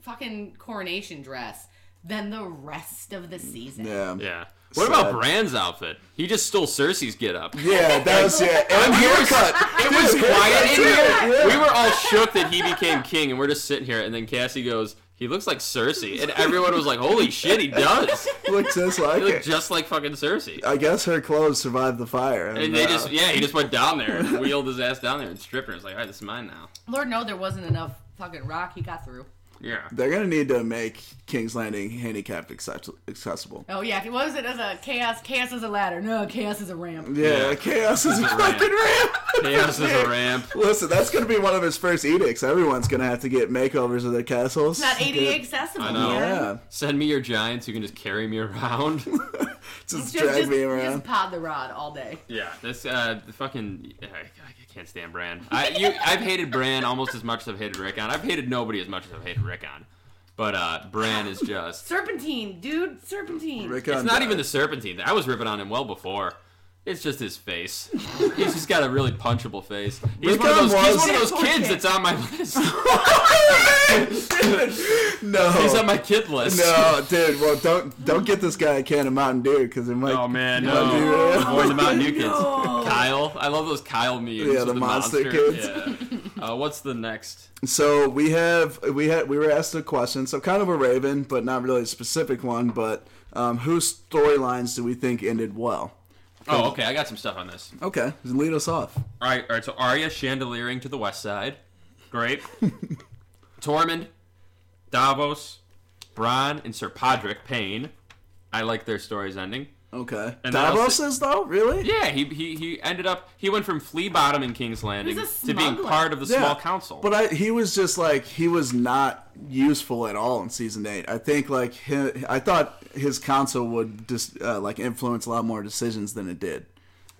S3: fucking coronation dress than the rest of the season.
S2: Yeah.
S1: Yeah. What
S2: Sad.
S1: about Bran's outfit? He just stole Cersei's get up.
S2: Yeah, that was
S3: [LAUGHS]
S2: yeah. And haircut.
S1: [LAUGHS] It was
S2: Dude,
S1: quiet in
S2: yeah,
S1: here.
S2: yeah.
S1: We were all shook that he became king, and we're just sitting here. And then Cassie goes, "He looks like Cersei," and everyone was like, "Holy shit, he does!
S2: Looks just
S1: He
S2: like
S1: looks
S2: it.
S1: just like fucking Cersei."
S2: I guess her clothes survived the fire.
S1: And they
S2: uh,
S1: just, yeah, he just went down there
S2: [LAUGHS]
S1: and wheeled his ass down there and stripped her. It's like, all right, this is mine now.
S3: Lord, no, there wasn't enough fucking rock he got through.
S1: Yeah.
S2: They're gonna need to make King's Landing handicapped access- accessible.
S3: Oh yeah, what was it? As a chaos, chaos is a ladder. No, chaos is a ramp.
S2: Yeah,
S1: Yeah.
S2: chaos is a fucking ramp.
S1: Chaos
S2: [LAUGHS]
S1: is a ramp.
S2: Listen, that's gonna be one of his first edicts. Everyone's gonna have to get makeovers of their castles. Oh,
S3: It's not ADA accessible.
S1: I know.
S3: man.
S2: Yeah,
S1: Send me your giants. You can just carry me
S2: [LAUGHS]
S1: around.
S2: just
S3: Just,
S2: drag
S3: just,
S2: me around.
S3: just pod the rod all day.
S1: yeah. This uh, the fucking I, I can't stand Bran. I you I've hated Bran almost as much as I've hated Rickon. I've hated nobody as much as I've hated Rickon. But uh, Bran is just.
S3: Serpentine, dude, serpentine.
S2: Rickon
S1: It's not
S2: died. [LAUGHS]
S1: even the Serpentine. I was ripping on him well before. It's just his face. He's just got a really punchable face. He's one of
S2: Rickon
S1: those. He's
S2: was-
S1: one of those
S3: Poor
S1: kids
S3: kid.
S1: that's on my list.
S2: [LAUGHS] no.
S1: He's on my kid list.
S2: no, dude. Well, don't don't get this guy a can of Mountain Dew because it might.
S1: Oh man, no.
S2: Mountain Dew, yeah.
S1: More the Mountain Dew kids.
S3: No.
S1: Kyle, I love those Kyle memes.
S2: Yeah,
S1: with
S2: the monster
S1: kids. Yeah. Uh, what's the next?
S2: So we have we had we were asked a question, so kind of a raven, but not really a specific one. But um, whose storylines do we think ended well?
S1: Oh, okay, I got some stuff on this.
S2: Okay, lead us off.
S1: All right, all right. So Arya chandeliering to the west side,
S2: [LAUGHS]
S1: great. Tormund, Davos, Bronn, and Sir Podrick Payne. I like their stories ending.
S2: Okay,
S1: And then I'll
S2: Davos
S1: say-
S2: is though really.
S1: Yeah, he, he he ended up. He went from flea bottom in King's Landing
S3: He's a
S1: to being
S3: smuggler.
S1: part of the
S2: Yeah.
S1: small council.
S2: But I, he was just like he was not useful at all in season eight. I think like hi I thought his counsel would just uh, like influence a lot more decisions than it did.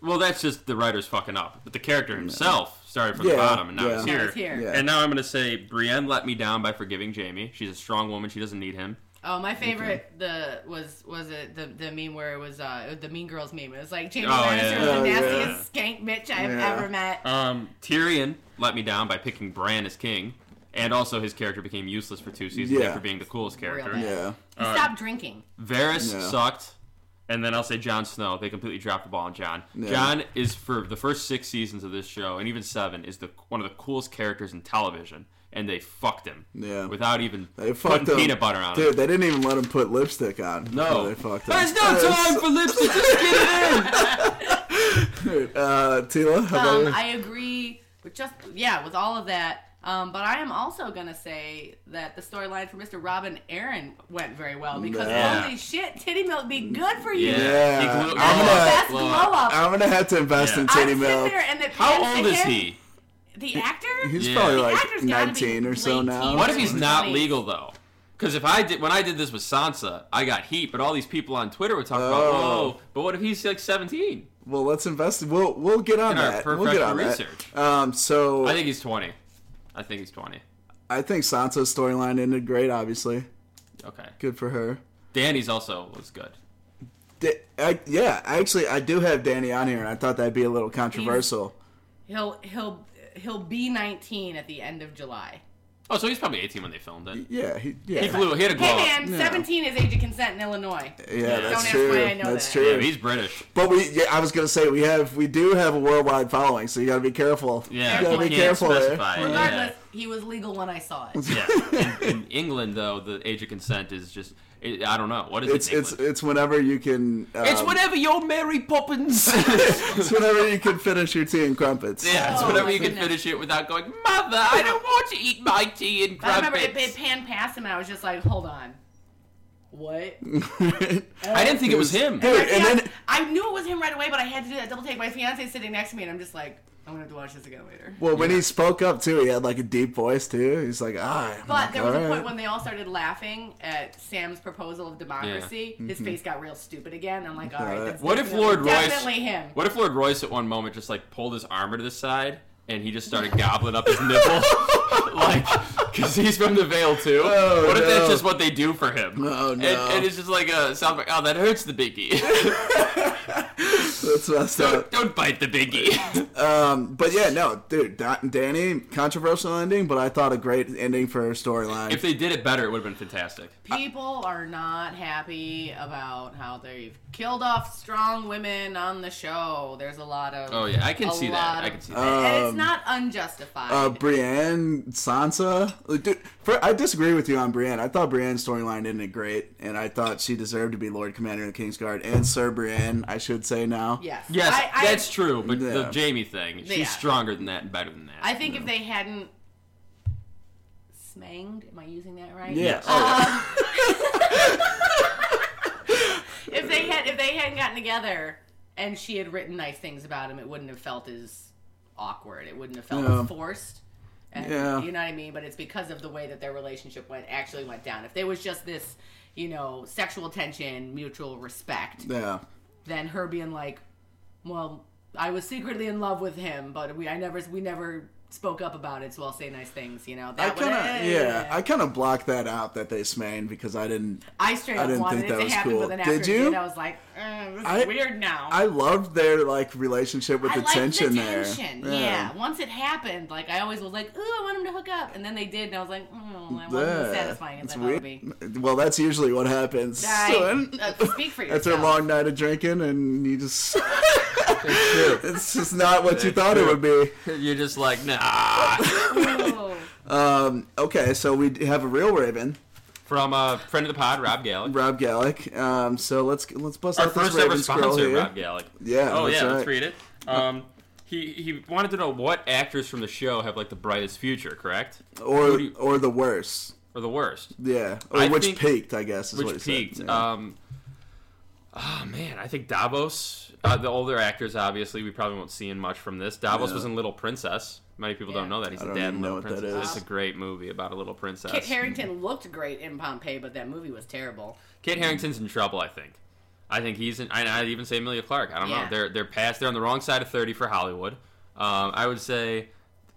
S1: Well, that's just the writers fucking up. But the character himself started from
S2: Yeah,
S1: the bottom and now
S2: yeah.
S1: he's
S3: Now
S1: here.
S3: he's here.
S2: Yeah.
S1: And now I'm gonna say Brienne let me down by forgiving Jamie. She's a strong woman. She doesn't need him.
S3: Oh, my favorite the was was it the the meme where it was uh the Mean Girls meme. It was like Jamie
S1: Oh,
S3: Lannister
S1: yeah.
S3: was
S2: Oh,
S3: the
S2: yeah.
S3: nastiest skank bitch I've
S2: Yeah.
S3: ever met.
S1: Um, Tyrion let me down by picking Bran as king, and also his character became useless for two seasons
S2: Yeah.
S1: after being the coolest character.
S3: bad.
S2: Yeah,
S3: He stopped drinking.
S1: Varys
S2: Yeah.
S1: sucked. And then I'll say Jon Snow. They completely dropped the ball on Jon. Jon is for the first six seasons of this show, and even seven, is the one of the coolest characters in television. And they fucked him.
S2: Yeah.
S1: Without even
S2: they
S1: putting
S2: fucked him.
S1: peanut butter on him.
S2: Dude, they didn't even let him put lipstick on.
S1: No.
S2: Oh, they fucked him.
S1: There's no time for lipstick. Just get it in.
S2: Uh, Tila, how about
S3: Um,
S2: you?
S3: I agree with just yeah with all of that. Um, but I am also gonna say that the storyline for Mr. Robin Aaron went very well because
S2: Yeah.
S3: holy shit, titty milk be good for you.
S1: [LAUGHS] Yeah.
S2: Yeah.
S1: He glo-
S2: I'm
S1: glow
S2: gonna-
S1: up,
S3: Best
S1: glow
S3: glow
S1: up.
S3: up.
S2: I'm gonna have to invest in
S1: Yeah.
S2: Titty
S3: I'm
S2: Milk.
S3: sitting there and it
S1: How
S3: pans to
S1: old is
S3: him,
S1: he?
S3: The actor?
S2: He's
S1: Yeah.
S2: probably
S1: The
S2: like
S3: actor's gotta be
S2: 19 or so
S3: late
S2: now.
S3: teens.
S1: What if he's not
S3: 20s.
S1: legal though? Because if I did when I did this with Sansa, I got heat, but all these people on Twitter were talking about,
S2: Oh.
S1: whoa, but what if he's like 17?
S2: Well, let's invest. We'll we'll get on
S1: Look at our
S2: that. We'll get on
S1: professional
S2: that. Um, so
S1: I think he's 20. I think he's 20.
S2: I think Sansa's storyline ended great. Obviously,
S1: Okay.
S2: good for her.
S1: Danny's also was good.
S2: Da- I, yeah, actually, I do have Danny on here, and I thought that'd be a little controversial.
S3: He'll he'll he'll be 19 at the end of July.
S1: Oh, so he's probably 18 when they filmed it.
S2: yeah, he, yeah,
S1: He blew. He had a glow
S3: Hey
S1: up.
S3: man, 17 is age of consent in Illinois.
S2: yeah.
S1: Don't
S2: That's
S3: ask
S2: true.
S3: why I know
S2: That's
S3: that.
S1: Yeah,
S2: true.
S1: but he's British.
S2: but we, yeah, I was gonna say we have, we do have a worldwide following, so you gotta be careful.
S1: Yeah,
S2: you gotta
S1: you
S2: be
S1: can't
S2: careful there.
S1: specify.
S3: Regardless,
S1: Yeah.
S3: he was legal when I saw it.
S1: Yeah. In, in England, though, the age of consent is just. It, I don't know. What is
S2: It's
S1: it? in
S2: it's
S1: England?
S2: it's whenever you can. Um,
S1: It's whenever you're Mary Poppins.
S2: it's whenever you can finish your tea and crumpets.
S1: [LAUGHS] yeah, [LAUGHS] it's
S3: Oh
S1: whenever
S3: my
S1: you can
S3: goodness.
S1: finish it without going, Mother, I don't want to eat my tea and
S3: I remember
S1: crumpets.
S3: it, it panned past him and I was just like, hold on. What?
S1: [LAUGHS] I didn't think it was him.
S2: Dude,
S3: My
S2: and
S3: fian-
S2: then-
S3: I knew it was him right away, but I had to do that double take. My fiance is sitting next to me and I'm just like, I'm gonna have to watch this again later.
S2: [LAUGHS] Well, when he spoke up too, he had like a deep voice too. He's like, ah. I'm
S3: But
S2: like,
S3: there was a
S2: "All
S3: point
S2: right."
S3: when they all started laughing at Sam's proposal of democracy. His face got real stupid again. I'm like, all right, that's
S1: Mm-hmm. What if
S3: definitely-
S1: Lord Royce?
S3: Definitely him.
S1: What if Lord Royce at one moment just like pulled his armor to the side and he just started gobbling up his [LAUGHS] nipple, like because he's from the Vale too.
S2: Oh,
S1: what if
S2: no.
S1: that's just what they do for him?
S2: Oh,
S1: And,
S2: no.
S1: and it's just like a sound like, oh, that hurts the biggie.
S2: [LAUGHS]
S1: [LAUGHS]
S2: That's messed
S1: don't,
S2: up.
S1: don't bite the biggie. [LAUGHS]
S2: Um, but yeah, no, dude, Da- Danny, controversial ending, but I thought a great ending for her storyline.
S1: if they did it better, it would have been fantastic.
S3: People are not happy about how they've killed off strong women on the show. There's a lot of
S1: Oh yeah, I can
S3: a
S1: see
S3: lot
S1: that. I
S3: of-
S1: can see that.
S3: and it's not unjustified.
S2: Um, uh, Brienne, Sansa, like, dude, for, I disagree with you on Brienne. I thought Brienne's storyline ended great, and I thought she deserved to be Lord Commander of the Kingsguard and Sir Brienne, I should say now.
S3: yes,
S1: Yes,
S3: I, I,
S1: that's true. But
S2: Yeah.
S1: the Jamie thing, she's [LAUGHS]
S3: Yeah.
S1: stronger than that and better than that.
S3: I think if they hadn't dismanged. Am I using that right?
S2: Yes.
S3: Um, if they had if they hadn't gotten together and she had written nice things about him, it wouldn't have felt as awkward. It wouldn't have felt
S2: Yeah.
S3: as forced. And,
S2: Yeah.
S3: You know what I mean? But it's because of the way that their relationship went actually went down. If there was just this, you know, sexual tension, mutual respect,
S2: Yeah.
S3: than her being like, "Well, I was secretly in love with him, but we I never we never spoke up about it, so I'll say nice things." You know,
S2: I
S3: that
S2: kind of
S3: would
S2: yeah, I kind of blocked that out that they smanged because I didn't.
S3: I straight
S2: I
S3: up
S2: didn't
S3: wanted
S2: think
S3: it
S2: that
S3: to
S2: was
S3: happen,
S2: cool.
S3: but then
S2: Did
S3: after it
S2: you?
S3: did, I was like, "Uh, "This is
S2: I-
S3: weird now."
S2: I loved their like relationship with
S3: I
S2: the
S3: liked
S2: tension
S3: the
S2: there.
S3: tension. Yeah. once it happened, like I always was like, "Ooh, I want him to hook up," and then they did, and I was like, mm, "That wasn't as
S2: Yeah.
S3: satisfying as
S2: It's
S3: I thought it'd be."
S2: weird. Well, that's usually what happens. [LAUGHS]
S3: I, uh, speak for yourself.
S2: After a long night of drinking, and you just. [LAUGHS] it's just not what you
S1: That's
S2: thought it
S1: true.
S2: would be.
S1: [LAUGHS] You're just like, nah.
S2: [LAUGHS]
S3: Ooh.
S2: Um, okay, so we have a real Raven,
S1: From a friend of the pod, Rob Gallic.
S2: Rob Gallic. Um, so let's let's bust
S1: Our
S2: out this
S1: first ever
S2: Raven scroll
S1: sponsor,
S2: here.
S1: Rob Gallic.
S2: Yeah.
S1: Oh
S2: that's
S1: yeah,
S2: right.
S1: let's read it. Um, he he wanted to know what actors from the show have like the brightest future, correct? Who
S2: Or
S1: do you-
S2: or the worst.
S1: Or the worst?
S2: Yeah. Or
S1: I
S2: which
S1: think-
S2: peaked, I guess. Is what he
S1: Which
S2: said.
S1: peaked.
S2: Yeah.
S1: Um, oh man, I think Davos. Uh, the older actors, obviously, we probably won't see in much from this. Davos
S2: Yeah.
S1: was in Little Princess. Many people
S3: Yeah.
S1: don't know that he's
S2: I
S1: the
S2: don't
S1: dad
S2: even
S1: in
S2: know
S1: Little
S2: what that
S1: Princess.
S2: is.
S1: It's a great movie about a little princess.
S3: Kit Harrington looked great in Pompeii, but that movie was terrible.
S1: Kit Harrington's in trouble, I think. I think he's in. I, I even say Amelia Clark. I don't
S3: Yeah.
S1: know. They're they're past. They're on the wrong side of thirty for Hollywood. Um, I would say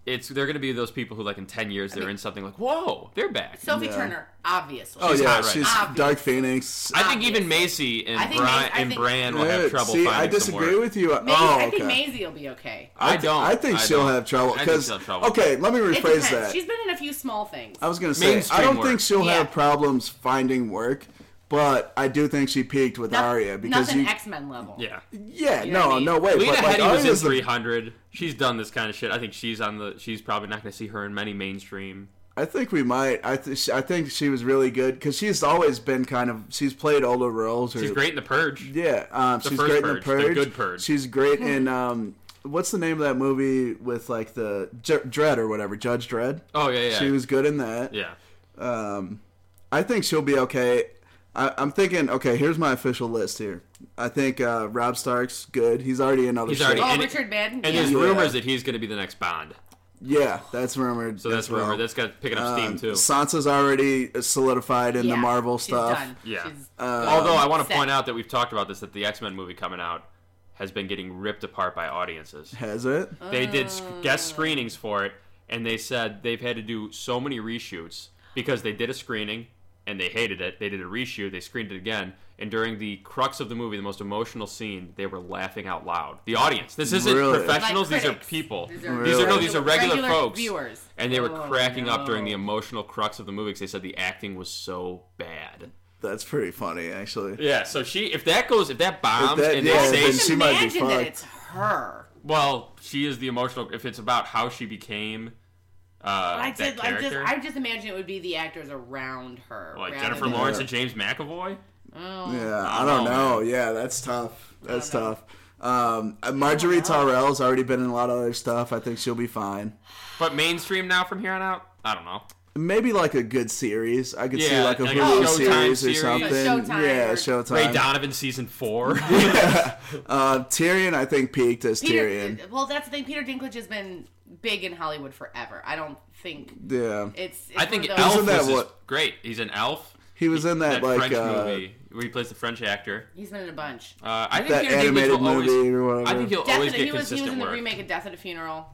S1: it's they're going to be those people who like in ten years they're
S3: mean-
S1: in something like whoa they're back.
S3: Sophie
S2: Yeah.
S3: Turner, obviously.
S2: oh
S1: she's
S2: yeah,
S1: hot right
S2: she's
S3: now.
S2: Dark Phoenix.
S1: I think even
S3: obviously.
S1: Macy and
S3: I think
S1: Bri-
S3: Macy- I
S1: and
S3: think-
S1: Bran will have
S2: Good.
S1: trouble
S2: See, I
S1: finding some
S2: disagree
S1: work.
S2: with you.
S3: Maisie,
S2: oh,
S3: I think
S2: okay.
S3: Maisie will be okay.
S1: I
S2: th-
S1: don't.
S2: I think
S1: I
S2: she'll
S1: don't.
S2: have trouble
S1: I think
S2: because
S1: she'll have trouble.
S2: okay, let me
S3: It
S2: rephrase
S3: depends.
S2: that.
S3: She's been in a few small things.
S2: I was gonna say I
S1: Mainstream
S2: don't
S1: work.
S2: think she'll
S3: Yeah.
S2: have problems finding work, but I do think she peaked with
S3: Noth-
S2: Arya because
S3: nothing
S2: you.
S3: X Men level.
S1: Yeah.
S2: yeah,
S3: You know
S2: no,
S3: what I mean?
S2: no way.
S1: Lena
S2: but like
S1: Headey was in
S2: Arya's
S1: three
S2: the,
S1: hundred. She's done this kind of shit. I think she's on the. She's probably not going to see her in many mainstream.
S2: I think we might. I th- I think she was really good because she's always been kind of. She's played older roles. Or,
S1: She's great in The Purge.
S2: Yeah, um, she's
S1: first
S2: great in the
S1: Purge, the
S2: purge.
S1: good Purge.
S2: She's great in um, what's the name of that movie with like the J- Dread or whatever, Judge Dread.
S1: Oh yeah, yeah,
S2: She was good in that.
S1: yeah.
S2: Um, I think she'll be okay. I, I'm thinking. Okay, here's my official list. Here, I think uh, Rob Stark's good. He's already another.
S1: He's already-
S3: Oh,
S1: And it-
S3: Richard Madden.
S1: And
S3: yeah.
S1: there's
S2: Yeah.
S1: rumors that he's going to be the next Bond.
S2: Yeah, that's rumored.
S1: So that's
S2: as well.
S1: rumor. That's got picking up steam
S2: Um,
S1: too.
S2: Sansa's already solidified in
S3: Yeah,
S2: the Marvel
S3: she's
S2: stuff. Uh,
S3: done.
S1: Yeah.
S3: She's-
S1: Although
S2: um,
S1: I want to
S3: upset.
S1: point out that we've talked about this that the X Men movie coming out has been getting ripped apart by audiences.
S2: Has it?
S1: They did s- guest
S3: Oh.
S1: screenings for it, and they said they've had to do so many reshoots because they did a screening and they hated it. They did a reshoot, they screened it again, and during the crux of the movie, the most emotional scene, they were laughing out loud. The audience. This isn't
S2: Really?
S3: like
S1: professionals. these are
S3: critics.
S1: people.
S3: These are,
S2: These are- no,
S1: these are regular folks.
S3: viewers.
S1: And they were
S3: Oh,
S1: cracking up during
S3: no.
S1: the emotional crux of the movie because they said the acting was so bad.
S2: That's pretty funny, actually.
S1: Yeah, so she if that goes if that bombs
S2: that-
S1: and
S2: yeah,
S1: they
S2: then
S1: say
S2: she might be
S3: Imagine that
S2: fucked.
S3: it's her.
S1: well, she is the emotional if it's about how she became uh
S3: I
S1: that
S3: did. I just.
S1: character.
S3: I just imagine it would be the actors around her.
S1: like
S3: rather
S1: Jennifer
S3: than-
S1: Lawrence and James McAvoy?
S3: Oh.
S2: Yeah,
S1: I
S2: I
S1: don't
S2: don't know. Yeah, that's tough. That's
S3: don't know.
S2: tough. Um, uh, Marjorie Tyrell's already been in a lot of other stuff. I think she'll be fine.
S1: But mainstream now from here on out? I don't know.
S2: Maybe like a good series. I could see
S1: Yeah,
S2: like a
S1: like a
S2: Hulu
S1: Showtime
S2: series,
S1: series.
S2: or something.
S3: Showtime
S2: yeah,
S3: or-
S1: Ray
S2: Showtime.
S1: Donovan season
S2: [LAUGHS]
S1: four.
S2: Uh, Tyrion, I think peaked as
S3: Peter.
S2: Tyrion.
S3: Well, that's the thing. Peter Dinklage has been big in Hollywood forever. I don't think
S2: Yeah,
S3: it's. it's
S1: I think
S3: one of
S1: Elf was
S2: Isn't that
S1: just
S2: what-
S1: great. He's an elf.
S2: he was in that, like
S1: French
S2: uh,
S1: movie where he plays the French actor.
S3: He's been in a bunch.
S1: Uh, I think
S2: that
S1: Peter Dinklage
S2: animated
S1: will always-
S2: movie or whatever.
S1: I think he'll
S3: Death
S1: always
S3: at,
S1: get
S3: he was he was
S1: consistent
S3: in the
S1: work.
S3: remake of Death at a Funeral,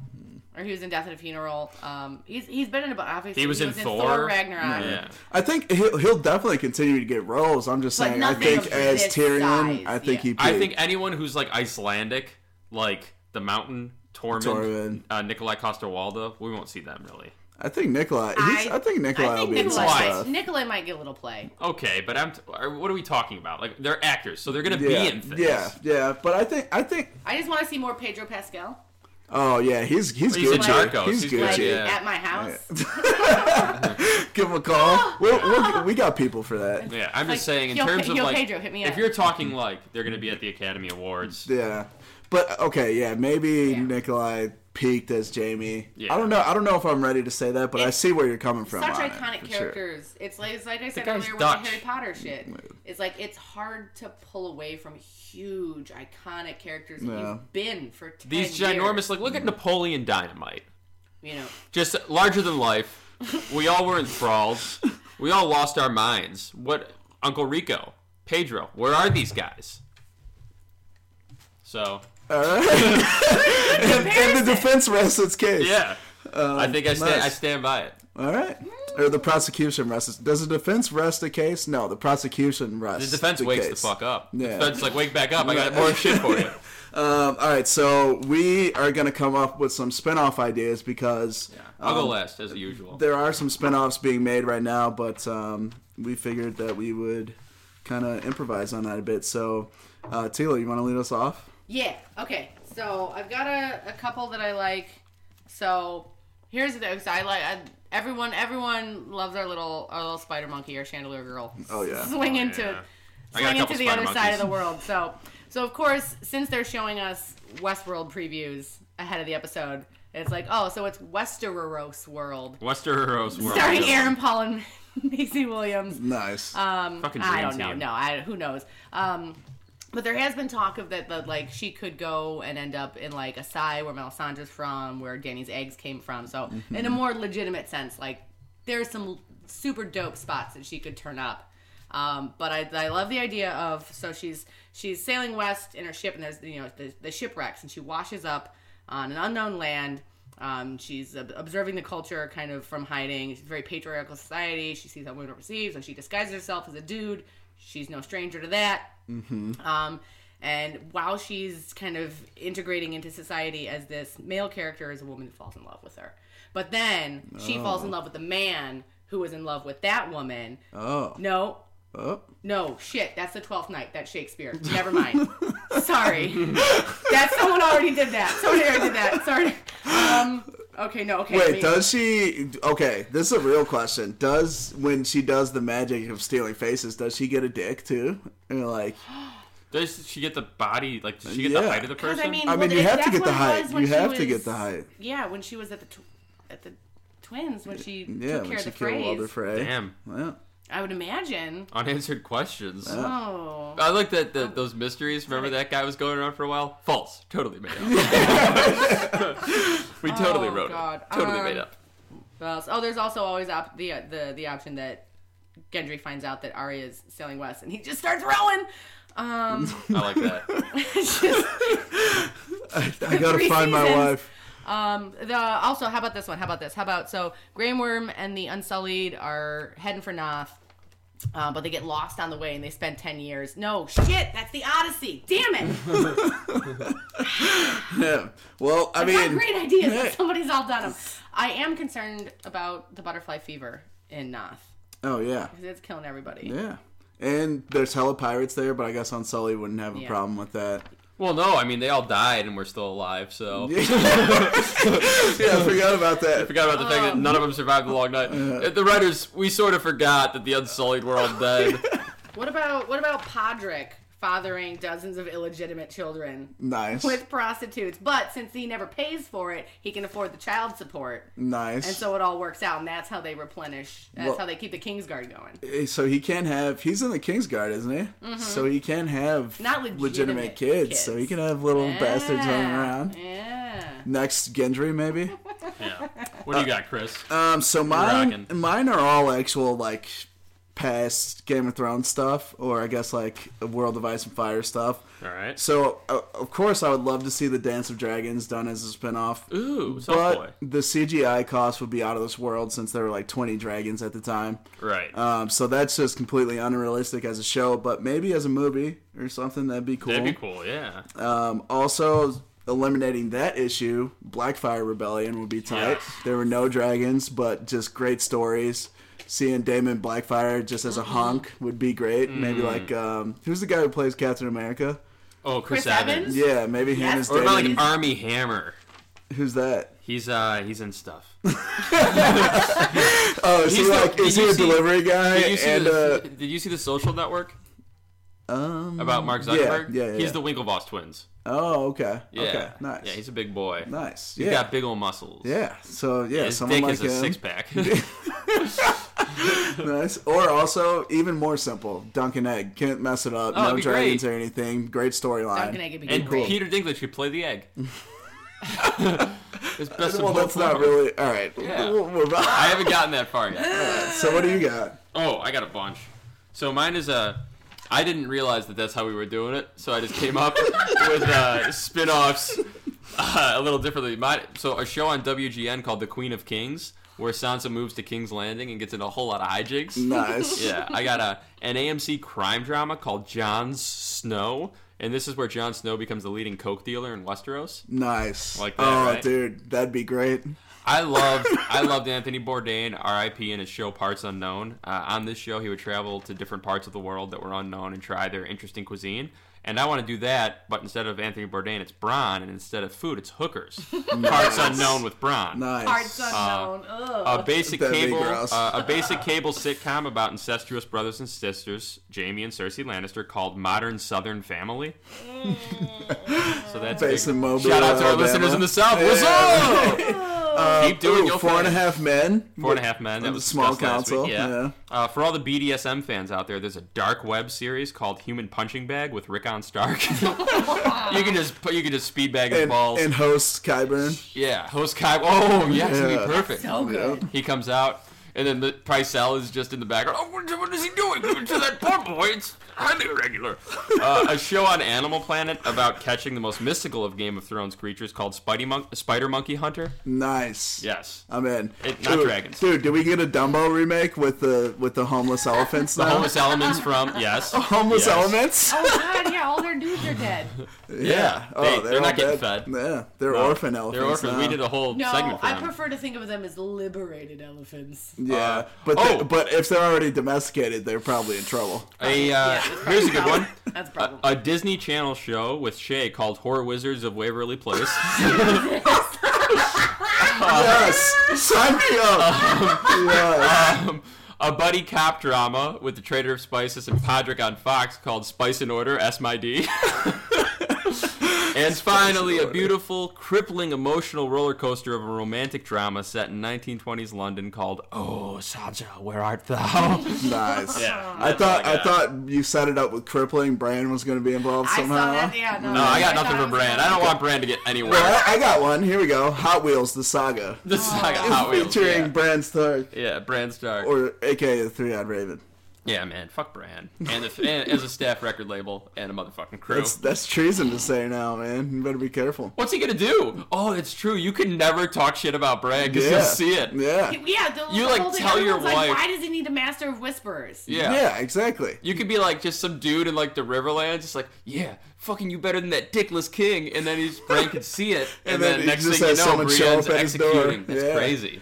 S3: or he was in Death at a Funeral. Um, he's he's been in about obviously
S1: He was in Thor.
S3: Ragnarok,
S1: Yeah.
S2: I think he'll, he'll definitely continue to get roles. I'm just
S3: But
S2: saying. I
S3: nothing
S2: think
S3: of
S2: as
S3: this
S2: Tyrion,
S3: size,
S2: I think
S3: yeah.
S2: he peaked.
S1: I think anyone who's like Icelandic, like the mountain, Tormund,
S2: Tormund.
S1: Uh, Nikolai Costa Walda, we won't see them really.
S2: I think Nikolai. he's-
S3: I-
S2: I think Nikolai
S3: I
S2: will
S3: think
S2: be in some
S1: Nikolai-
S2: stuff.
S3: Nikolai, Nikolai might get a little play.
S1: Okay, but I'm. T- are- what are we talking about? Like they're actors, so they're gonna
S2: Yeah,
S1: be in things.
S2: yeah, yeah. But I think I think.
S3: I just want to see more Pedro Pascal,
S2: Oh yeah, he's he's,
S1: He's in
S2: Gucci.
S1: Narcos.
S2: He's,
S1: He's
S2: Gucci.
S3: like
S1: Yeah.
S3: at my house.
S2: Give him a
S3: [LAUGHS]
S2: call. we'll, we'll, we got people for that.
S1: Yeah, I'm just
S3: Like,
S1: saying in
S3: yo,
S1: terms
S3: Pe-
S1: of
S3: yo,
S1: like,
S3: Pedro, hit me
S1: if
S3: up.
S1: you're talking like they're gonna be at the Academy Awards,
S2: Yeah. But okay, yeah, maybe
S3: Yeah.
S2: Nikolai peaked as Jamie.
S1: Yeah.
S2: I don't know. I don't know if I'm ready to say that, but I
S3: It's
S2: see where you're coming from.
S3: Such
S2: on it,
S3: iconic
S2: for sure.
S3: characters. It's like it's like I said
S1: guy's
S3: earlier with
S1: Dutch.
S3: the Harry Potter shit. It's like it's hard to pull away from huge iconic characters that
S2: Yeah.
S3: you've been for 10
S1: These
S3: years.
S1: ginormous, like, look at Napoleon Dynamite.
S3: You know,
S1: Just larger than life. We all were enthralled. We all lost our minds. What, Uncle Rico, Pedro, where are these guys? So,
S2: All right. [LAUGHS] and, and the defense rests its case.
S1: yeah. I think I stand,
S2: Um, nice.
S1: I stand by it.
S2: All right.
S3: Mm.
S2: Or the prosecution rests. Does the defense rest a case? No, the prosecution rests.
S1: The defense wakes
S2: case.
S1: the fuck up.
S2: Yeah.
S1: The defense is like, wake back up. I got more shit for you.
S2: Um, all right, so we are going to come up with some spin-off ideas because
S1: I'll go
S2: um,
S1: last, as usual.
S2: there are some spin-offs being made right now, but um, we figured that we would kind of improvise on that a bit. So, uh, Tila, you want to lead us off?
S3: Yeah. Okay. So I've got a, a couple that I like. So here's the thing. So I like I, everyone. Everyone loves our little our little spider monkey, our chandelier girl.
S2: Oh, yeah.
S3: Swing
S1: Oh,
S3: into
S1: yeah. I got a
S3: swing into
S1: couple
S3: the
S1: spider
S3: other side
S1: monkeys.
S3: of the world. So so of course, since they're showing us Westworld previews ahead of the episode, it's like oh, so it's Westeros World.
S1: Westeros world.
S3: Starring Aaron Paul and [LAUGHS] Macy Williams.
S2: Nice.
S3: Um,
S1: Fucking
S3: I
S1: dream
S3: don't know.
S1: team.
S3: No, I, who knows? Um, but there has been talk of that, that like she could go and end up in like Asai, where Melisandre's from, where Danny's eggs came from. So in a more legitimate sense, like there's some super dope spots that she could turn up. Um, but I, I love the idea of so she's she's sailing west in her ship and there's you know the, the shipwrecks and she washes up on an unknown land. Um, she's ob- observing the culture kind of from hiding. She's a very patriarchal society. She sees how women are perceived, so she disguises herself as a dude. She's no stranger to that. Um, and while she's kind of integrating into society as this male character, is a woman who falls in love with her. But then she falls in love with a man who was in love with that woman.
S2: oh.
S3: No,
S2: Oh.
S3: no, shit, that's the Twelfth Night. That's Shakespeare.
S2: [LAUGHS]
S3: Never mind. Sorry, that someone already did that. Someone already did that. Sorry. Um. Okay. No. Okay.
S2: Wait,
S3: me-
S2: does she? Okay, this is a real question. Does when she does the magic of stealing faces, does she get a dick too? And you're like,
S1: Does she get the body? Like, does she get
S2: Yeah.
S1: the height of the
S3: 'Cause
S1: person?
S3: I mean,
S2: I mean,
S3: well,
S2: you have to
S3: that's
S2: get the
S3: what it
S2: height.
S3: was when
S2: You
S3: she
S2: have to
S3: was-
S2: get the height.
S3: Yeah, when she was at the tw- at the twins when she
S2: yeah,
S3: took
S2: when
S3: care of
S2: she
S3: the
S2: killed Walter
S3: phrase.
S2: Frey.
S1: Damn.
S3: [LAUGHS]
S2: Yeah.
S3: I would imagine.
S1: Unanswered questions.
S3: Oh.
S1: I like that, that those mysteries. Remember that guy was going around for a while? False. Totally made up.
S2: [LAUGHS]
S1: we totally
S3: Oh,
S1: wrote
S3: God.
S1: it. Totally
S3: Um,
S1: made up.
S3: What else? Oh, there's also always op- the uh, the the option that Gendry finds out that Arya is sailing west, and he just starts rowing. [LAUGHS] Um,
S1: I like
S2: [LAUGHS]
S1: that.
S3: it's just,
S2: I, I gotta
S3: Three
S2: find my
S3: seasons.
S2: wife.
S3: um, the also how about this one? How about this? How about so Grey Worm and the Unsullied are heading for Noth, uh, but they get lost on the way, and they spend ten years. No shit, that's the Odyssey. Damn
S2: [LAUGHS]
S3: it!
S2: Yeah. Well, I
S3: I
S2: mean,
S3: great ideas.
S2: yeah.
S3: but Somebody's all done them. I am concerned about the butterfly fever in Noth.
S2: oh yeah,
S3: 'cause It's killing everybody.
S2: yeah. And there's hella pirates there, but I guess Unsullied wouldn't have a
S3: Yeah.
S2: problem with that.
S1: Well, no, I mean, they all died and we're still alive, so.
S2: Yeah, I forgot about that.
S1: Forgot about the fact that
S3: Um.
S1: none of them survived the long night. Uh, The writers, we sort of forgot that the Unsullied were all
S2: [LAUGHS]
S1: dead.
S3: What about what about Podrick fathering dozens of illegitimate children
S2: Nice,
S3: with prostitutes? But since he never pays for it, he can afford the child support,
S2: nice.
S3: and so it all works out. And that's how they replenish. That's
S2: Well-
S3: how they keep the Kingsguard going.
S2: Eh, so he can have. He's in the King's Guard, isn't he? So he can have
S3: Mm-hmm. Not legitimate
S2: kids,
S3: kids.
S2: So he can have little bastards running around.
S3: Yeah.
S2: Next Gendry,
S3: [LAUGHS]
S2: maybe.
S1: Yeah. What do you got, Chris?
S2: Um, so mine,
S1: rocking.
S2: mine are all actual like past Game of Thrones stuff, or I guess like World of Ice and Fire stuff.
S1: All right.
S2: So uh, of course, I would love to see the Dance of Dragons done as a spinoff.
S1: Ooh, soft boy.
S2: But the CGI cost would be out of this world since there were like 20 dragons at the time.
S1: Right.
S2: Um, so that's just completely unrealistic as a show, but maybe as a movie or something, that'd be cool.
S1: That'd be cool, yeah.
S2: Um, also, eliminating that issue, Blackfire Rebellion would be tight.
S1: Yes.
S2: There were no dragons, but just great stories. Seeing Damon Blackfire just as a hunk would be great.
S1: Mm.
S2: Maybe like, um, who's the guy who plays Captain America?
S1: Oh, Chris,
S3: Chris Evans?
S1: Evans.
S2: Yeah, maybe him
S3: Yes.
S2: as
S1: Or
S2: Damon.
S1: about like Army Hammer.
S2: who's that?
S1: He's uh he's in
S2: [LAUGHS]
S1: stuff.
S2: Oh, is
S1: He's
S2: he
S1: the-
S2: like,
S1: did
S2: Oh, is
S1: you
S2: he a
S1: see-
S2: delivery guy?
S1: Did you see
S2: And
S1: the
S2: uh,
S1: Did you see the Social Network?
S2: Um,
S1: about Mark Zuckerberg.
S2: Yeah, yeah, yeah.
S1: He's the Winklevoss twins.
S2: Oh, okay.
S1: Yeah.
S2: Okay. Nice.
S1: Yeah, he's a big boy.
S2: nice.
S1: He's
S2: yeah.
S1: got big old muscles.
S2: yeah. So yeah,
S1: His
S2: someone
S1: dick
S2: like
S1: is a
S2: him.
S1: six [LAUGHS] pack.
S2: [LAUGHS] nice. Or also even more simple, dunk an egg. Can't mess it up.
S1: Oh, it'd
S2: no
S1: be
S2: dragons
S1: great.
S2: or anything. Great
S3: Dunkin' Egg
S2: storyline.
S3: would be
S1: and
S3: great.
S1: Peter Dinklage could play the egg. [LAUGHS]
S2: [LAUGHS]
S1: It's best of
S2: Well,
S1: both
S2: that's not
S1: worlds.
S2: really all right.
S1: Yeah.
S2: We'll move on.
S1: I haven't gotten that far
S2: [LAUGHS]
S1: yet.
S2: so what do you got?
S1: Oh, I got a bunch. So mine is a. I didn't realize that that's how we were doing it, so I just came up with uh, spin-offs uh, a little differently. My, so a show on WGN called The Queen of Kings, where Sansa moves to King's Landing and gets into a whole lot of hijinks.
S2: Nice.
S1: yeah, I got a an AMC crime drama called Jon Snow, and this is where Jon Snow becomes the leading coke dealer in Westeros.
S2: Nice.
S1: Like that,
S2: oh,
S1: right?
S2: dude, that'd be great.
S1: I loved I loved Anthony Bourdain, R.I.P. in his show Parts Unknown. Uh, on this show, he would travel to different parts of the world that were unknown and try their interesting cuisine. And I want to do that, but instead of Anthony Bourdain, it's Bron, and instead of food, it's
S2: [LAUGHS]
S1: hookers. Parts Unknown with Bron.
S2: Nice.
S3: Parts unknown.
S1: a
S3: Ugh.
S1: basic
S2: That'd be
S1: cable
S2: gross.
S1: uh, a basic cable sitcom about incestuous brothers and sisters, Jamie and Cersei Lannister, called Modern Southern Family. [LAUGHS] so that's big.
S2: Based in Mobile,
S1: Shout out to our
S2: Alabama.
S1: listeners in the South. What's
S2: Yeah. [LAUGHS]
S1: up? Keep doing
S2: Ooh,
S1: your
S2: four and a
S1: thing.
S2: half men.
S1: Four and a half men. That
S2: On
S1: was
S2: the small
S1: discussed last
S2: council,
S1: Week. Yeah.
S2: yeah.
S1: Uh, for all the BDSM fans out there, there's a dark web series called Human Punching Bag with Rickon Stark. [LAUGHS] you can just put, you can just speed bag his
S2: And,
S1: balls.
S2: and host Kyburn.
S1: yeah. Host Kai. Oh yes, it'd
S2: Yeah.
S1: be perfect.
S3: So good.
S1: He comes out, and then the Pricell is just in the background. Oh, what, what is he doing to that poor boy? It's highly irregular. Uh, a show on Animal Planet about catching the most mystical of Game of Thrones creatures called Spidey Mon- Spider Monkey Hunter.
S2: Nice.
S1: Yes.
S2: I'm in.
S1: It- not
S2: dude,
S1: dragons.
S2: Dude, did we get a Dumbo remake with the with the homeless elephants
S1: [LAUGHS] The
S2: now?
S1: homeless elements from yes.
S2: Homeless
S1: Yes.
S2: elements?
S3: Oh god, yeah, all their dudes
S1: [LAUGHS]
S3: are dead.
S1: Yeah.
S2: Oh,
S1: They,
S2: they're,
S1: are not
S2: all
S1: getting fed.
S2: dead. Yeah, they're orphan elephants.
S1: They're orphans.
S2: now.
S1: We did a whole
S3: No,
S1: segment for
S3: I
S1: them.
S3: prefer to think of them as liberated elephants.
S2: Yeah,
S1: Uh,
S2: but they-
S1: oh.
S2: but if they're already domesticated, they're probably
S1: [LAUGHS]
S2: in trouble.
S1: a, uh,
S3: Yeah,
S1: here's a good
S3: [LAUGHS]
S1: one. Uh,
S3: That's a
S1: A,
S3: problem.
S1: a Disney Channel show with Shay called Horror Wizards of Waverly
S3: [LAUGHS]
S1: Place. Uh,
S2: yes, sign me
S1: [LAUGHS]
S2: up. yes.
S1: um, a buddy cop drama with the Trader of Spices and Podrick on Fox called Spice and Order, S My
S2: [LAUGHS]
S1: D. and finally, a
S2: Order.
S1: beautiful, crippling, emotional roller coaster of a romantic drama set in 1920s London called Oh, Sansa, Where Art Thou?
S2: nice.
S1: Yeah,
S2: I
S1: that's
S2: thought
S1: all I
S2: I
S1: got.
S2: thought you set it up with crippling. Brand was going to be involved
S3: I saw
S2: somehow.
S3: that. Yeah, no,
S1: No, I got nothing
S3: thought it
S1: for
S3: was
S1: Brand.
S3: a-
S1: I don't want Brand to get anywhere.
S2: Well, I, I got one. Here we go. Hot Wheels: The Saga,
S1: [LAUGHS] This is I got Hot Wheels.
S2: [LAUGHS] featuring
S1: Yeah.
S2: Brand Stark,
S1: yeah, Brand Stark.
S2: or AKA the Three Eyed Raven.
S1: yeah, man, fuck Brand. And, if, and as a staff record label and a motherfucking crew.
S2: That's that's treason to say now, man. You better be careful.
S1: What's he gonna do? Oh, it's true. You can never talk shit about Brand because you'll see it.
S2: Yeah.
S3: Yeah, the,
S1: You,
S3: the
S1: like,
S3: whole thing-
S1: tell your
S3: everyone's
S1: wife-
S3: Like, Why does he need a master of whispers?
S1: Yeah.
S2: Yeah. exactly.
S1: You could be like just some dude in like the Riverlands, just like, yeah, fucking you better than that dickless king, and then his brain could see
S2: [LAUGHS]
S1: it, and,
S2: And
S1: then,
S2: then he
S1: next
S2: just
S1: thing you
S2: has
S1: know,
S2: someone show
S1: Brienne's
S2: up at his door.
S1: executing. That's
S2: Yeah.
S1: crazy.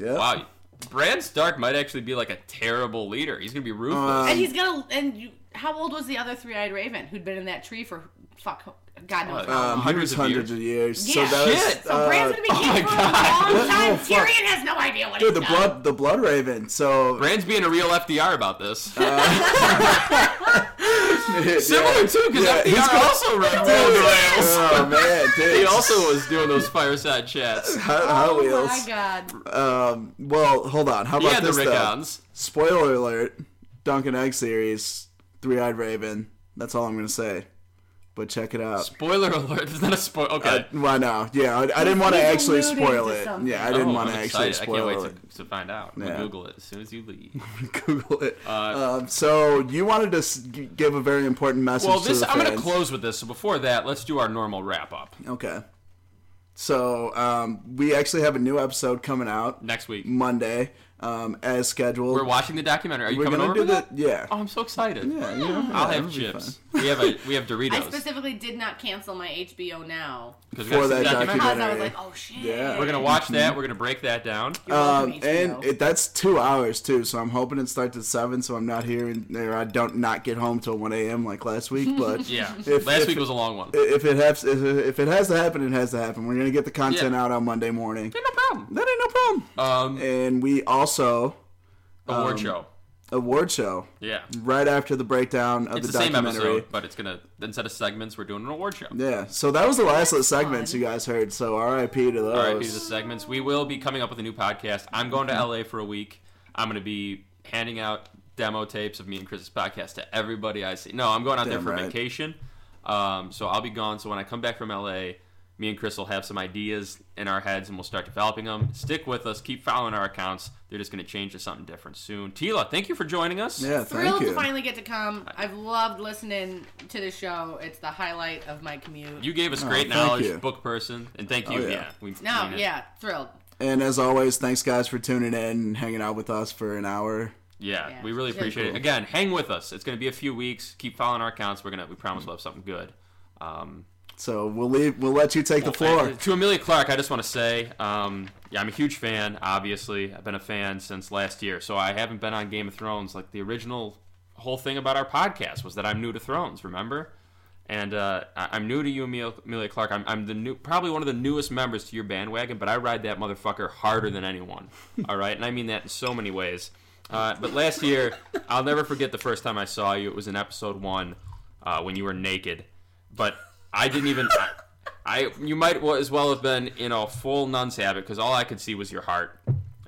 S2: Yeah.
S1: Wow, Bran Stark might actually be like a terrible leader. He's gonna be ruthless.
S2: Uh,
S3: And he's gonna. And you, how old was the other three-eyed raven who'd been in that tree for fuck, God knows.
S1: Uh,
S2: Um,
S3: how long?
S1: Hundreds
S2: hundreds,
S1: of
S2: hundreds
S1: years.
S2: of years.
S3: Yeah.
S2: So that was,
S1: Shit.
S3: so
S2: uh,
S3: Brand's gonna be
S1: oh my
S3: king for a
S1: God.
S3: long time.
S2: Oh, fuck.
S3: Tyrion has no idea what
S2: dude,
S3: he's
S2: the
S3: done.
S2: blood, the blood
S1: [LAUGHS]
S2: raven. So
S1: Bran's being a real FDR about [LAUGHS]
S2: Uh,
S1: this.
S2: [LAUGHS] yeah.
S1: Similar too, because
S2: Yeah, he's
S1: FDR
S2: got-
S1: also
S2: [LAUGHS]
S1: ran
S2: Dude.
S1: the rails.
S2: Oh man, dude.
S1: [LAUGHS] He also was doing those fireside chats.
S2: Hot, Hot
S3: Oh my
S2: Wheels.
S3: God.
S2: Um, well, hold on. How
S1: He
S2: about
S1: had the
S2: this though?
S1: Rickons.
S2: Spoiler alert: Duncan Egg series, Three Eyed Raven. That's all I'm gonna say. But check it out.
S1: Spoiler alert! It's not a spoil. Okay.
S2: Uh, why now? Yeah, I, I didn't want to
S3: He's
S2: actually
S3: alluding
S2: spoil
S3: to
S2: it.
S3: something.
S2: Yeah, I didn't
S1: Oh,
S2: want to
S1: I'm
S2: actually
S1: excited. I
S2: spoil
S1: can't
S2: it.
S1: wait to, to find out. I'm
S2: Yeah.
S1: gonna Google it as soon as you
S2: [LAUGHS]
S1: leave.
S2: Google it.
S1: Uh,
S2: um, so you wanted to s- g- give a very important message.
S1: Well,
S2: to
S1: this
S2: the
S1: I'm going to
S2: fans.
S1: close with this. So before that, let's do our normal wrap up
S2: Okay. So um, we actually have a new episode coming out
S1: next week.
S2: Mm. Monday um, as scheduled.
S1: We're watching the documentary. Are you
S2: We're
S1: coming
S2: gonna
S1: over
S2: do
S1: for that?
S2: the- Yeah.
S1: Oh, I'm so excited.
S2: yeah, you know,
S1: I'll
S2: yeah,
S1: have
S2: it'll be
S1: chips.
S2: fun.
S1: We have a we have
S3: I
S1: Doritos
S3: specifically did not cancel my HBO now
S1: 'cause we
S2: For
S1: gotta see
S2: that
S1: the documentary.
S2: documentary. Mm-hmm.
S3: because I was like, oh shit.
S2: Yeah.
S1: We're gonna watch that. We're gonna break that down.
S3: You're welcome,
S2: Um,
S3: HBO.
S2: and it, that's two hours too, so I'm hoping it starts at seven, so I'm not here and or I don't not get home till one a.m. like last week.
S3: [LAUGHS]
S2: But
S1: Yeah.
S2: If-
S1: Last
S2: if-
S1: week was a long one.
S2: if it has if it- if it has to happen, it has to happen. We're gonna get the content
S1: Yeah.
S2: out on Monday morning.
S1: no problem.
S2: That ain't no problem.
S1: Um,
S2: And we also
S1: award show.
S2: award show
S1: Yeah.
S2: right after um, the breakdown of
S1: It's
S2: the,
S1: the, same
S2: documentary.
S1: episode, but it's gonna instead of segments, we're doing an award show.
S2: Yeah, so that was the last of the segments you guys heard. So R.I.P. to
S1: All right, these are the
S2: those.
S1: segments. We will be coming up with a new podcast. I'm going to
S2: Mm-hmm.
S1: LA for a week. I'm going to be handing out demo tapes of me and Chris's podcast to everybody I see. No, I'm going out there
S2: Damn
S1: for
S2: right.
S1: vacation. Um, so I'll be gone. So when I come back from LA, me and Chris will have some ideas in our heads and we'll start developing them. Stick with us. Keep following our accounts. They're just going to change to something different soon. Tila, thank you for joining us.
S2: yeah, thank
S3: Thrilled to
S2: you.
S3: finally get to come. I've loved listening to the show. It's the highlight of my commute.
S1: You gave us great
S2: thank
S1: knowledge,
S2: you.
S1: book person, and thank you.
S2: Oh, yeah.
S1: yeah. we
S3: no,
S1: mean it.
S3: yeah, thrilled.
S2: And as always, thanks guys for tuning in and hanging out with us for an hour.
S1: Yeah,
S3: Yeah.
S1: we really
S3: Yeah.
S1: appreciate it. Again, hang with us. It's going to be a few weeks. Keep following our accounts. We're gonna we promise we'll have something good. Um,
S2: So we'll leave. We'll let you take the floor.
S1: To Amelia Clark, I just want to say, um, yeah, I'm a huge fan. Obviously, I've been a fan since last year, so I haven't been on Game of Thrones. Like the original whole thing about our podcast was that I'm new to Thrones. Remember? And uh, I- I'm new to you, Amelia Amelia Clark. I'm, I'm the new, probably one of the newest members to your bandwagon, but I ride that motherfucker harder than anyone. all right, and I mean that in so many ways. Uh, but last year, I'll never forget the first time I saw you. It was in episode one uh, when you were naked, but I didn't even. I, I you might wa- as well have been in a full nun's habit because all I could see was your heart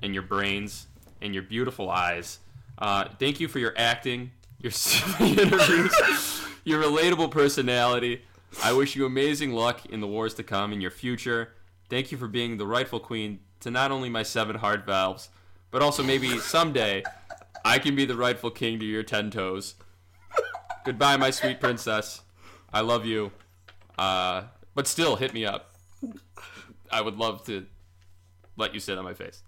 S1: and your brains and your beautiful eyes. Uh, thank you for your acting, your [LAUGHS] silly interviews, your relatable personality. I wish you amazing luck in the wars to come in your future. Thank you for being the rightful queen to not only my seven heart valves, but also maybe someday I can be the rightful king to your ten toes. Goodbye, my sweet princess. I love you. Uh, but still, hit me up. I would love to let you sit on my face.